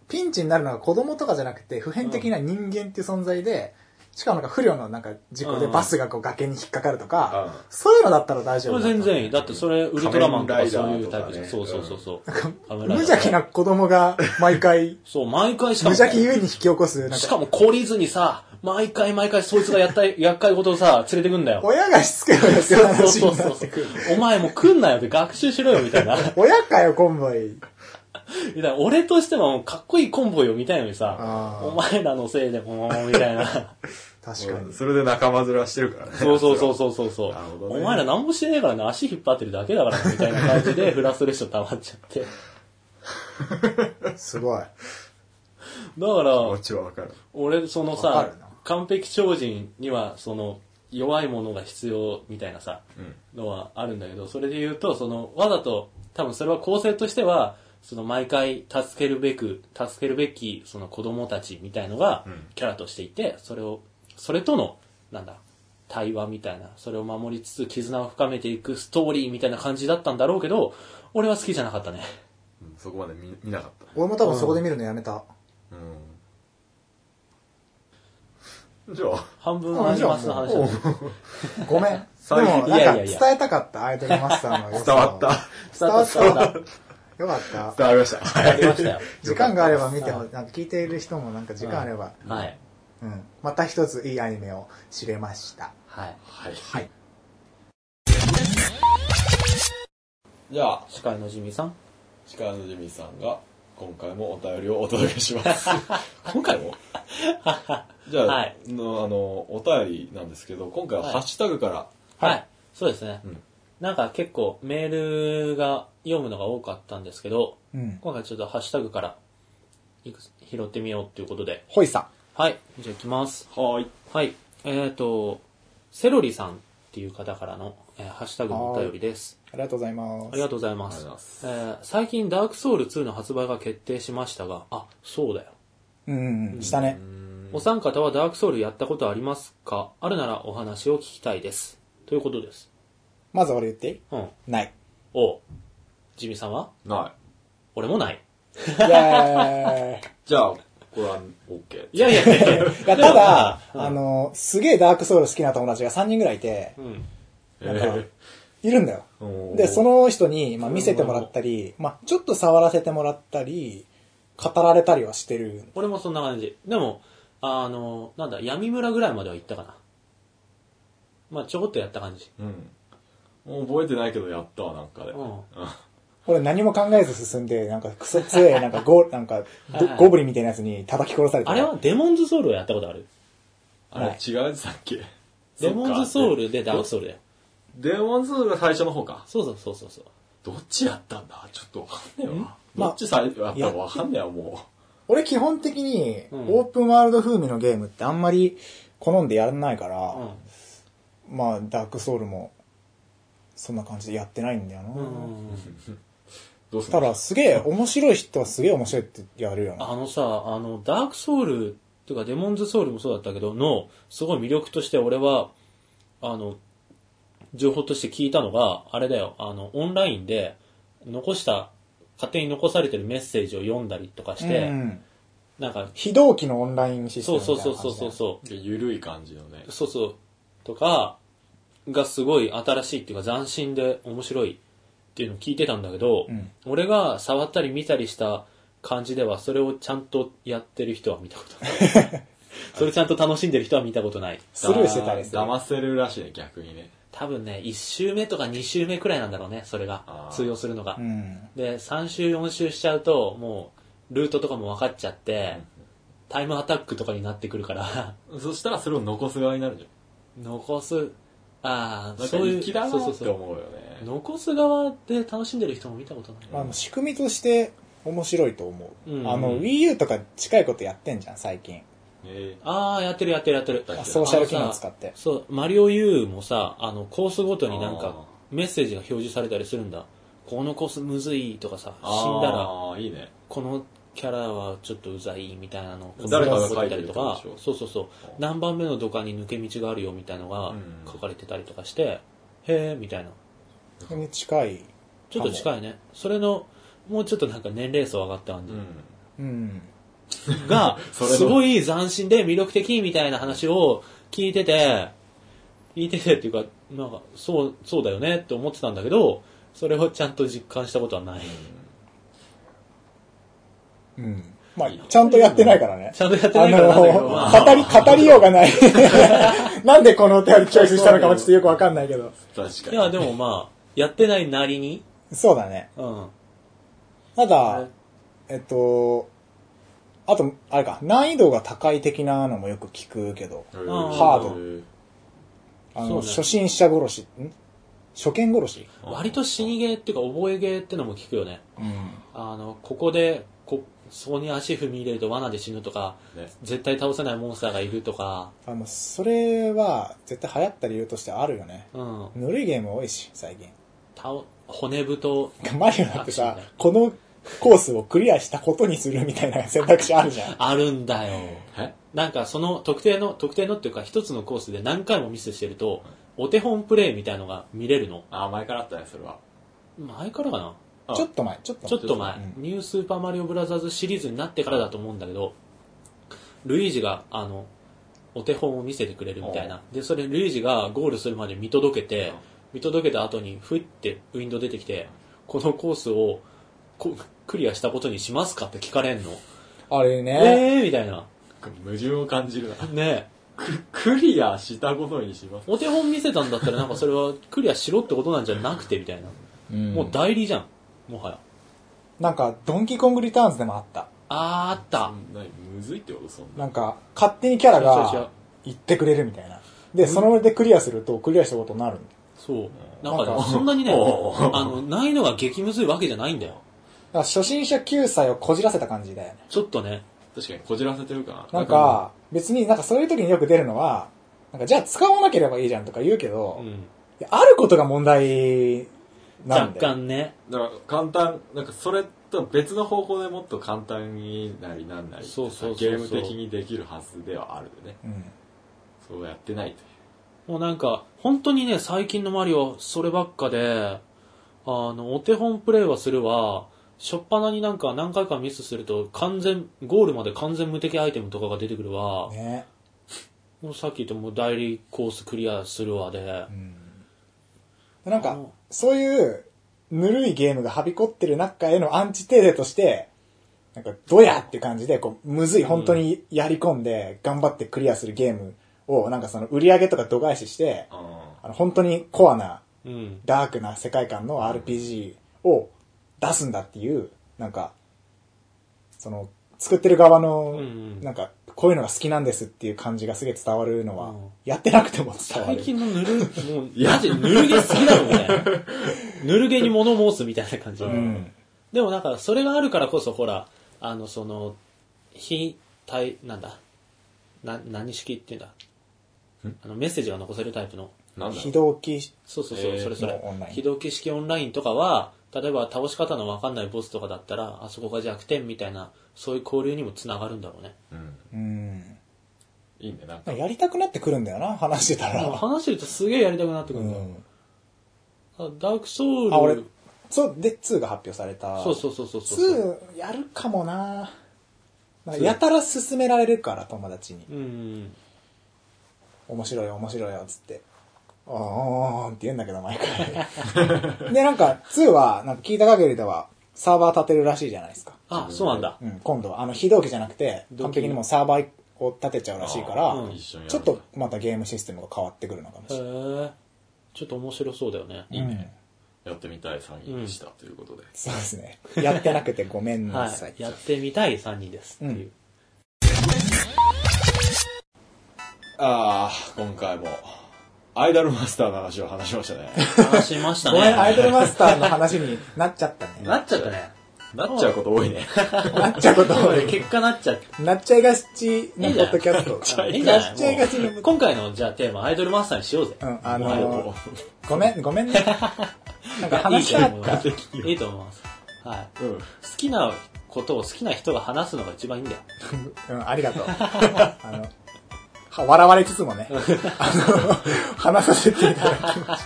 ピンチになるのが子供とかじゃなくて、普遍的な人間っていう存在で、しかもなんか不慮のなんか事故で
うん
バスがこう崖に引っかかるとか、
うん
そういうのだったら大丈
そ
夫
れ
だった
全然いい。だってそれ、ウルトラマンとかそういうタイプじゃん。
仮
そう
面ライ
そ
ダーとかね
うそうそう。仮
無
面ライダー、
邪気な子供が毎回
そう、毎回し
無
かも、
邪気ゆえに引き起こす、なん
しか
か、
も懲りずにさ、毎回毎回そいつがやったい、厄介事をさ、連れてくんだよ。
親がしつけろよっていう
そう
話
そう
に
そ
な
う
ってくる。。
お前もう来んなよって学習しろよみたいな。
親かよ、コンボイ。
み <laughs> たいな俺としてはもうかっこいいコンボイを見たいのにさ
あ、ー
お前らのせいでもう、みたいな。
確か
うん
に。
それで仲間面してるからね
そうそうそう
そ
そうそうそう、
なるほど
お
ね
前ら何もしてないからね、足引っ張ってるだけだからねみたいな感じでフラストレーション溜まっちゃって。だか
すごい。
れは
ら
気持、ちはわかる
俺、その
わか
さ
るな、
完璧超人には、その、弱いものが必要みたいなさ、
うん
のはあるんだけど、それで言うと、その、わざと、多分それは構成としては、その、毎回助けるべく、助けるべき、その子供たちみたいのが
うん、
キャラとしていて、それを、それとの、なんだ、対話みたいな、それを守りつつ、絆を深めていくストーリーみたいな感じだったんだろうけど、俺は好きじゃなかったね。
うんそこまで見見なかった
俺も多分そこで見るのやめた。
うんじゃあ
半分
あ
アニマスの話だった。
ごめん。で
最近
も、
い
なん
や
か
い
伝
やいや
えたかった、アイドルマスターの良さ
伝
を
わった。
伝わった。
伝わった
よかった。
伝わりました
あり
<laughs>
ましたよ。
時間があれば見ても、なんか聞いている人もなんか時間あれば、
はい。
うん。また一ついいアニメを知れました。
はい。
はい、
い
<laughs> じゃあ
司会のジミーさん。
力のジミーさんが今回もお便りをお届けします今回もじゃあ,、
はい
のあのお便りなんですけど今回はハッシュタグから、
はい。
は
そうですね、
うん
なんか結構メールが読むのが多かったんですけど、
うん。
今回ちょっとハッシュタグからいくつ拾ってみようということで。
ほいさ
はい。じゃあ行きます。
はーい
はい。えっ、と、セロリさんっていう方からの、えーハッシュタグのお便りです。
ん。ありがとうございます。
ありがとうございま
あり
す
がとうございます
えー最近ダークソウル2の発売が決定しましたが、あ、そうだよ。
うんうんうん。したね。
お三方はダークソウルやったことありますかあるならお話を聞きたいです。ということです。
まず俺言っていい
うん。
ない。 <laughs>
おうジミーさんは
ない
俺もない。
イェーイ。
じゃあこれは OK
いやいやいやいや。
いや、ただ、あの、すげえダークソウル好きな友達が3人ぐらいいて、
うん。
なんか、いるんだよ。
おー
で、その人に、まあ、見せてもらったり、まあ、ちょっと触らせてもらったり、語られたりはしてる。
<laughs> 俺もそんな感じ。でも、あの、なんだ、闇村ぐらいまでは行ったかな。まあちょこっとやった感じ。
うんもう覚えてないけどやったわなんかで、
うん
俺何も考えず進んで、なんかクソ
<laughs>
強い、なんかゴ、なんか
はいはい
ゴ、ゴブリンみたいなやつに叩き殺された。
あれはデモンズソウルをやったことある
あれ違うやつだっけ
デモンズソウルでダークソウルだよ。
デモンズソウルが最初の方か
そうそうそうそうそう。
どっちやったんだちょっとわかんねえわ
ま
ど
あ
っち最初やったかわかんねえわも
俺基本的に、
うん
オープンワールド風味のゲームってあんまり好んでやらないから、まあ、ダークソウルも、そんな感じでやってないんだよな。
うん。うん
うどうすん
た
の
だ、すげえ面白い人はすげえ面白いってやるよな。
あのさ、あの、ダークソウルっていうかデモンズソウルもそうだったけど、の、すごい魅力として俺は、あの、情報として聞いたのが、あれだよ、あの、オンラインで、残した、勝手に残されてるメッセージを読んだりとかして、
うん、
なんか、
非同期のオンラインシステ
そ
ムみ
う
た
そ
いうな
そ
感
う
じ
そうそう
う。
そう、
いや緩い感じのね
そうそう、とか、がすごい新しいっていうか斬新で面白いっていうのを聞いてたんだけど、
うん
俺が触ったり見たりした感じでは、それをちゃんとやってる人は見たことない。
<laughs>
それちゃんと楽しんでる人は見たことない。
スルーしてたりする。
騙せるらしいね、逆にね。
多分ね、1周目とか2周目くらいなんだろうね、それが
あ。ー
通用するのが
う。ん。
で、3周4周しちゃうと、もう、ルートとかも分かっちゃって、タイムアタックとかになってくるから、
そしたらそれを残す側になるじ
残す、あ
ゃん。
あ、
なんか
そうい
生
う、
きだな
そうそう
って
そう。
思うよね。
残す側で楽しんでる人も見たことない。
まあ、仕組みとして面白いと思う。
うん
あの、Wii U とか近いことやってんじゃん、最近。
え
ああ、やってるやってるやってる。
だっけ
ソーシャル機能使って。
そう、マリオ U もさ、あの、コースごとになん
あー
か、メッセージが表示されたりするんだ。このコースむずいとかさ、
ー
死んだら、
あーいいね。
このキャラはちょっとうざいみたいなのを
誰
かが
書いてるって
と
こと
か
でしょ、
そうそうそう、何番目の土管に抜け道があるよみたいなのが
うん
書かれてたりとかして、へえみたいな。
それに近い。
ちょっと近いね。それの、もうちょっとなんか年齢層上がった感
う
じ、
ん。
うん。
が、
<laughs> それの
すごい斬新で魅力的みたいな話を聞いてて、聞いててっていうか、なんか、そう、そうだよねって思ってたんだけど、それをちゃんと実感したことは
<laughs>
ない。
うん。まあ、ちゃんとやってないからね。
ちゃんとやって
あ
ないからなんだけど、まあ
の、語り、語りようがない。 <laughs> なんでこのお便りチョイスしたのかもちょっとよくわかんないけど。
確か
い
に。
や、でもまあ、やってないなりに、
そうだね。
うん。
ただ、えっと、あと、あれか、難易度が高い的なのもよく聞くけど、
うん、
ハ
ー
ド。
あ
そう
の、
ね
初心者殺し、ん初見殺し
割と死にゲーっていうか覚えゲーってのも聞くよね。
うん。
あの、ここで、こ、そこに足踏み入れると罠で死ぬとか、
ね。
絶対倒せないモンスターがいるとか、
あの、それは、絶対流行った理由としてあるよね。
うん。
ぬるいゲーム多いし、最近。
倒、骨太、
マリオだってさ
あそうね、
このコースをクリアしたことにするみたいな <laughs> 選択肢あるじゃん。
あるんだよ。
え
なんかその特定の、特定のっていうか一つのコースで何回もミスしてると、お手本プレイみたいのが見れるの。
あー、前からあったね、それは。
前からかな
あ
ちょっと前、ちょっと
ちょ
前
っ。と前、
うん
ニュースーパーマリオブラザーズシリーズになってからだと思うんだけど、ルイージが、あの、お手本を見せてくれるみたいな。で、それルイージがゴールするまで見届けて
うん、
見届けた後に、ふいってウィンドウ出てきて、このコースをこクリアしたことにしますかって聞かれんの。
あれね、
えーみたいな。
矛盾を感じるな。
ねえ
クリアしたことにします。
お手本見せたんだったらなんかそれはクリアしろってことなんじゃなくてみたいな。もう代理じゃん。もはや。
なんか、ドンキーコングリターンズでもあった。
あーあった。
何むずいってことそんな。
なんか、勝手にキャラ
違う違う違う
が言ってくれるみたいな。で、その上でクリアすると、クリアしたことになるんだよ
そう。な
なんん
か
か
ね、そんなにね、
おー
あの、難易度が激ムズいわけじゃないんだよ。
だから初心者救済をこじらせた感じだよね。
ちょっとね。
確かにこじらせてるかな。
なんか、別になんかそういう時によく出るのは、なんかじゃあ使わなければいいじゃんとか言うけど、
う
い
ん。
やあることが問題な
若
んで。
干ね。
だから簡単、なんかそれとは別の方向でもっと簡単になりなんなり、
そうそうそうそう
ゲーム的にできるはずではあるでね。
うん。
そうやってないという。
もうなんか、本当にね、最近のマリオ、そればっかで、あの、お手本プレイはするわ、しょっぱなになんか何回かミスすると、完全、ゴールまで完全無敵アイテムとかが出てくるわ、
ね。
もうさっき言ったもう代理コースクリアするわで、
なん
あ
か
の、
そういう、ぬるいゲームがはびこってる中へのアンチテーゼとして、なんか、どやって感じで、こう、むずい、本当にやり込んで、頑張ってクリアするゲームを、なんかその、売り上げとか度外視して、
あ
あの、本当にコアな、
うん。
ダークな世界観の RPG を出すんだっていう、なんか、その、作ってる側の
うんうん、
なんか、こういうのが好きなんですっていう感じがすげえ伝わるの
う
は
ん、
やってなくても伝わ
最
る。
近のぬる、もう、マジでぬるゲ好きだろ、みたいな。
<laughs>
ぬるゲに物申すみたいな感じ。
うん。
でもなんか、それがあるからこそ、ほら、あの、その、非対、なんだ、な、何式っていうんだ。あの、メッセージが残せるタイプの。
あ。なんだろ
非
う
同期
そうそうそう、
えー
それそれ
もうオンライ。ン
非同期式オンラインとかは、例えば倒し方のわかんないボスとかだったら、あそこが弱点みたいな、そういう交流にもつながるんだろうね。
うん。
うん。
いいね、なんか。
やりたくなってくるんだよな、話してた
でも
ら。
話してるとすげえやりたくなってく
う
るんだよ。
ん。
あダークソウル。
あ、俺、そう、で、2が発表された。
そうそうそうそうそう。
2、やるかもななんかやたら勧められるから、友達に。
うん。
面白いよ、面白いよ、つって。おーんって言うんだけど、毎回。で、なんか、2は、なんか聞いた限りでは、サーバー立てるらしいじゃないですか。
ああ、そうなんだ。
うん、今度は、あの、非同期じゃなくて、
同期
完璧にもうサーバーを立てちゃうらしいか
あ
ら
ー、
うん
一緒にやる
ちょっとまたゲームシステムが変わってくるのかもし
へ
れない。
え。ちょっと面白そうだよね。
いいね、やってみたい3人でした、ということで
そうですね。やってなくてごめんな
は
さい。
い。やってみたい3人です。っていう。
ああ今回もアイドルマスターの話を話しま <laughs> したね
話しました
ごめん、アイ
ね。
ドルマスターの話になっちゃったね。
なっちゃったね。
なっちゃうこと多いね
なっちゃうこと
そうね結果なっちゃって。
なっちゃいがちなポッドキャスト。
ゃい
いいんじゃない
なっちゃいがちな
もう今回のじゃあテーマ、アイドルマスターにしようぜ。
うん、
<laughs>
あ
もう
の、ごめん、ごめんね。なんか
いい
話
と
が
思います。いいと思います。はい。
うん
好きなことを好きな人が話すのが一番いいんだよ。
うん、ありがとう。あの、は笑われつつもね、あの、話させていただきまし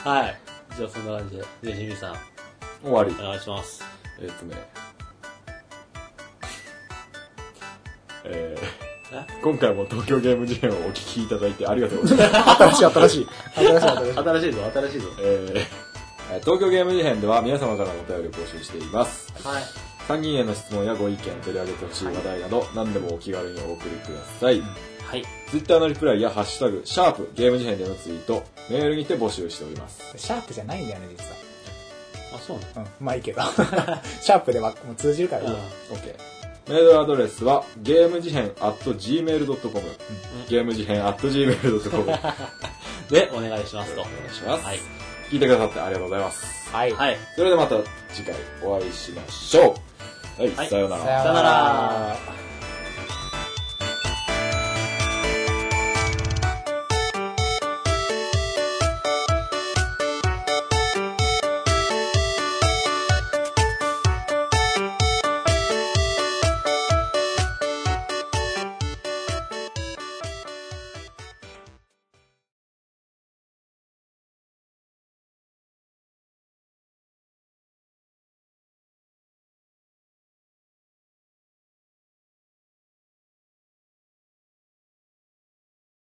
はい。じゃあそんな感じで、ぜひジミーさん、
終わり
お願いします。
えっとねえ
え
ー、今回も東京ゲーム事変をお聞きいただいてありがとうございます <laughs>
た。新しい、新しい。新しい、新しい。
新しいぞ、新しいぞ。
えー東京ゲーム事変では皆様からのお便りを募集しています。
はい。
参議院への質問やご意見、取り上げてほしい話題など、何でもお気軽にお送りください。
はい。
ツイッターのリプライやハッシュタグ、シャープゲーム事変でのツイート、メールにて募集しております。
シャープじゃないんだよね、実は。
あ、そうなの
うん、まあいいけど。シャープではもう通じるからいいよ。
OK。メールアドレスは、ゲーム事変 at gmail.com、ゲーム事変 at <laughs> gmail.com で
で、お願いします
お
と。
願いします。
はい。
聞いてくださってありがとうございます。
はい。
はい。
それではまた次回お会いしましょう。はい、
はい
さようなら
さ。よう
さよ
な
な
ら
ら。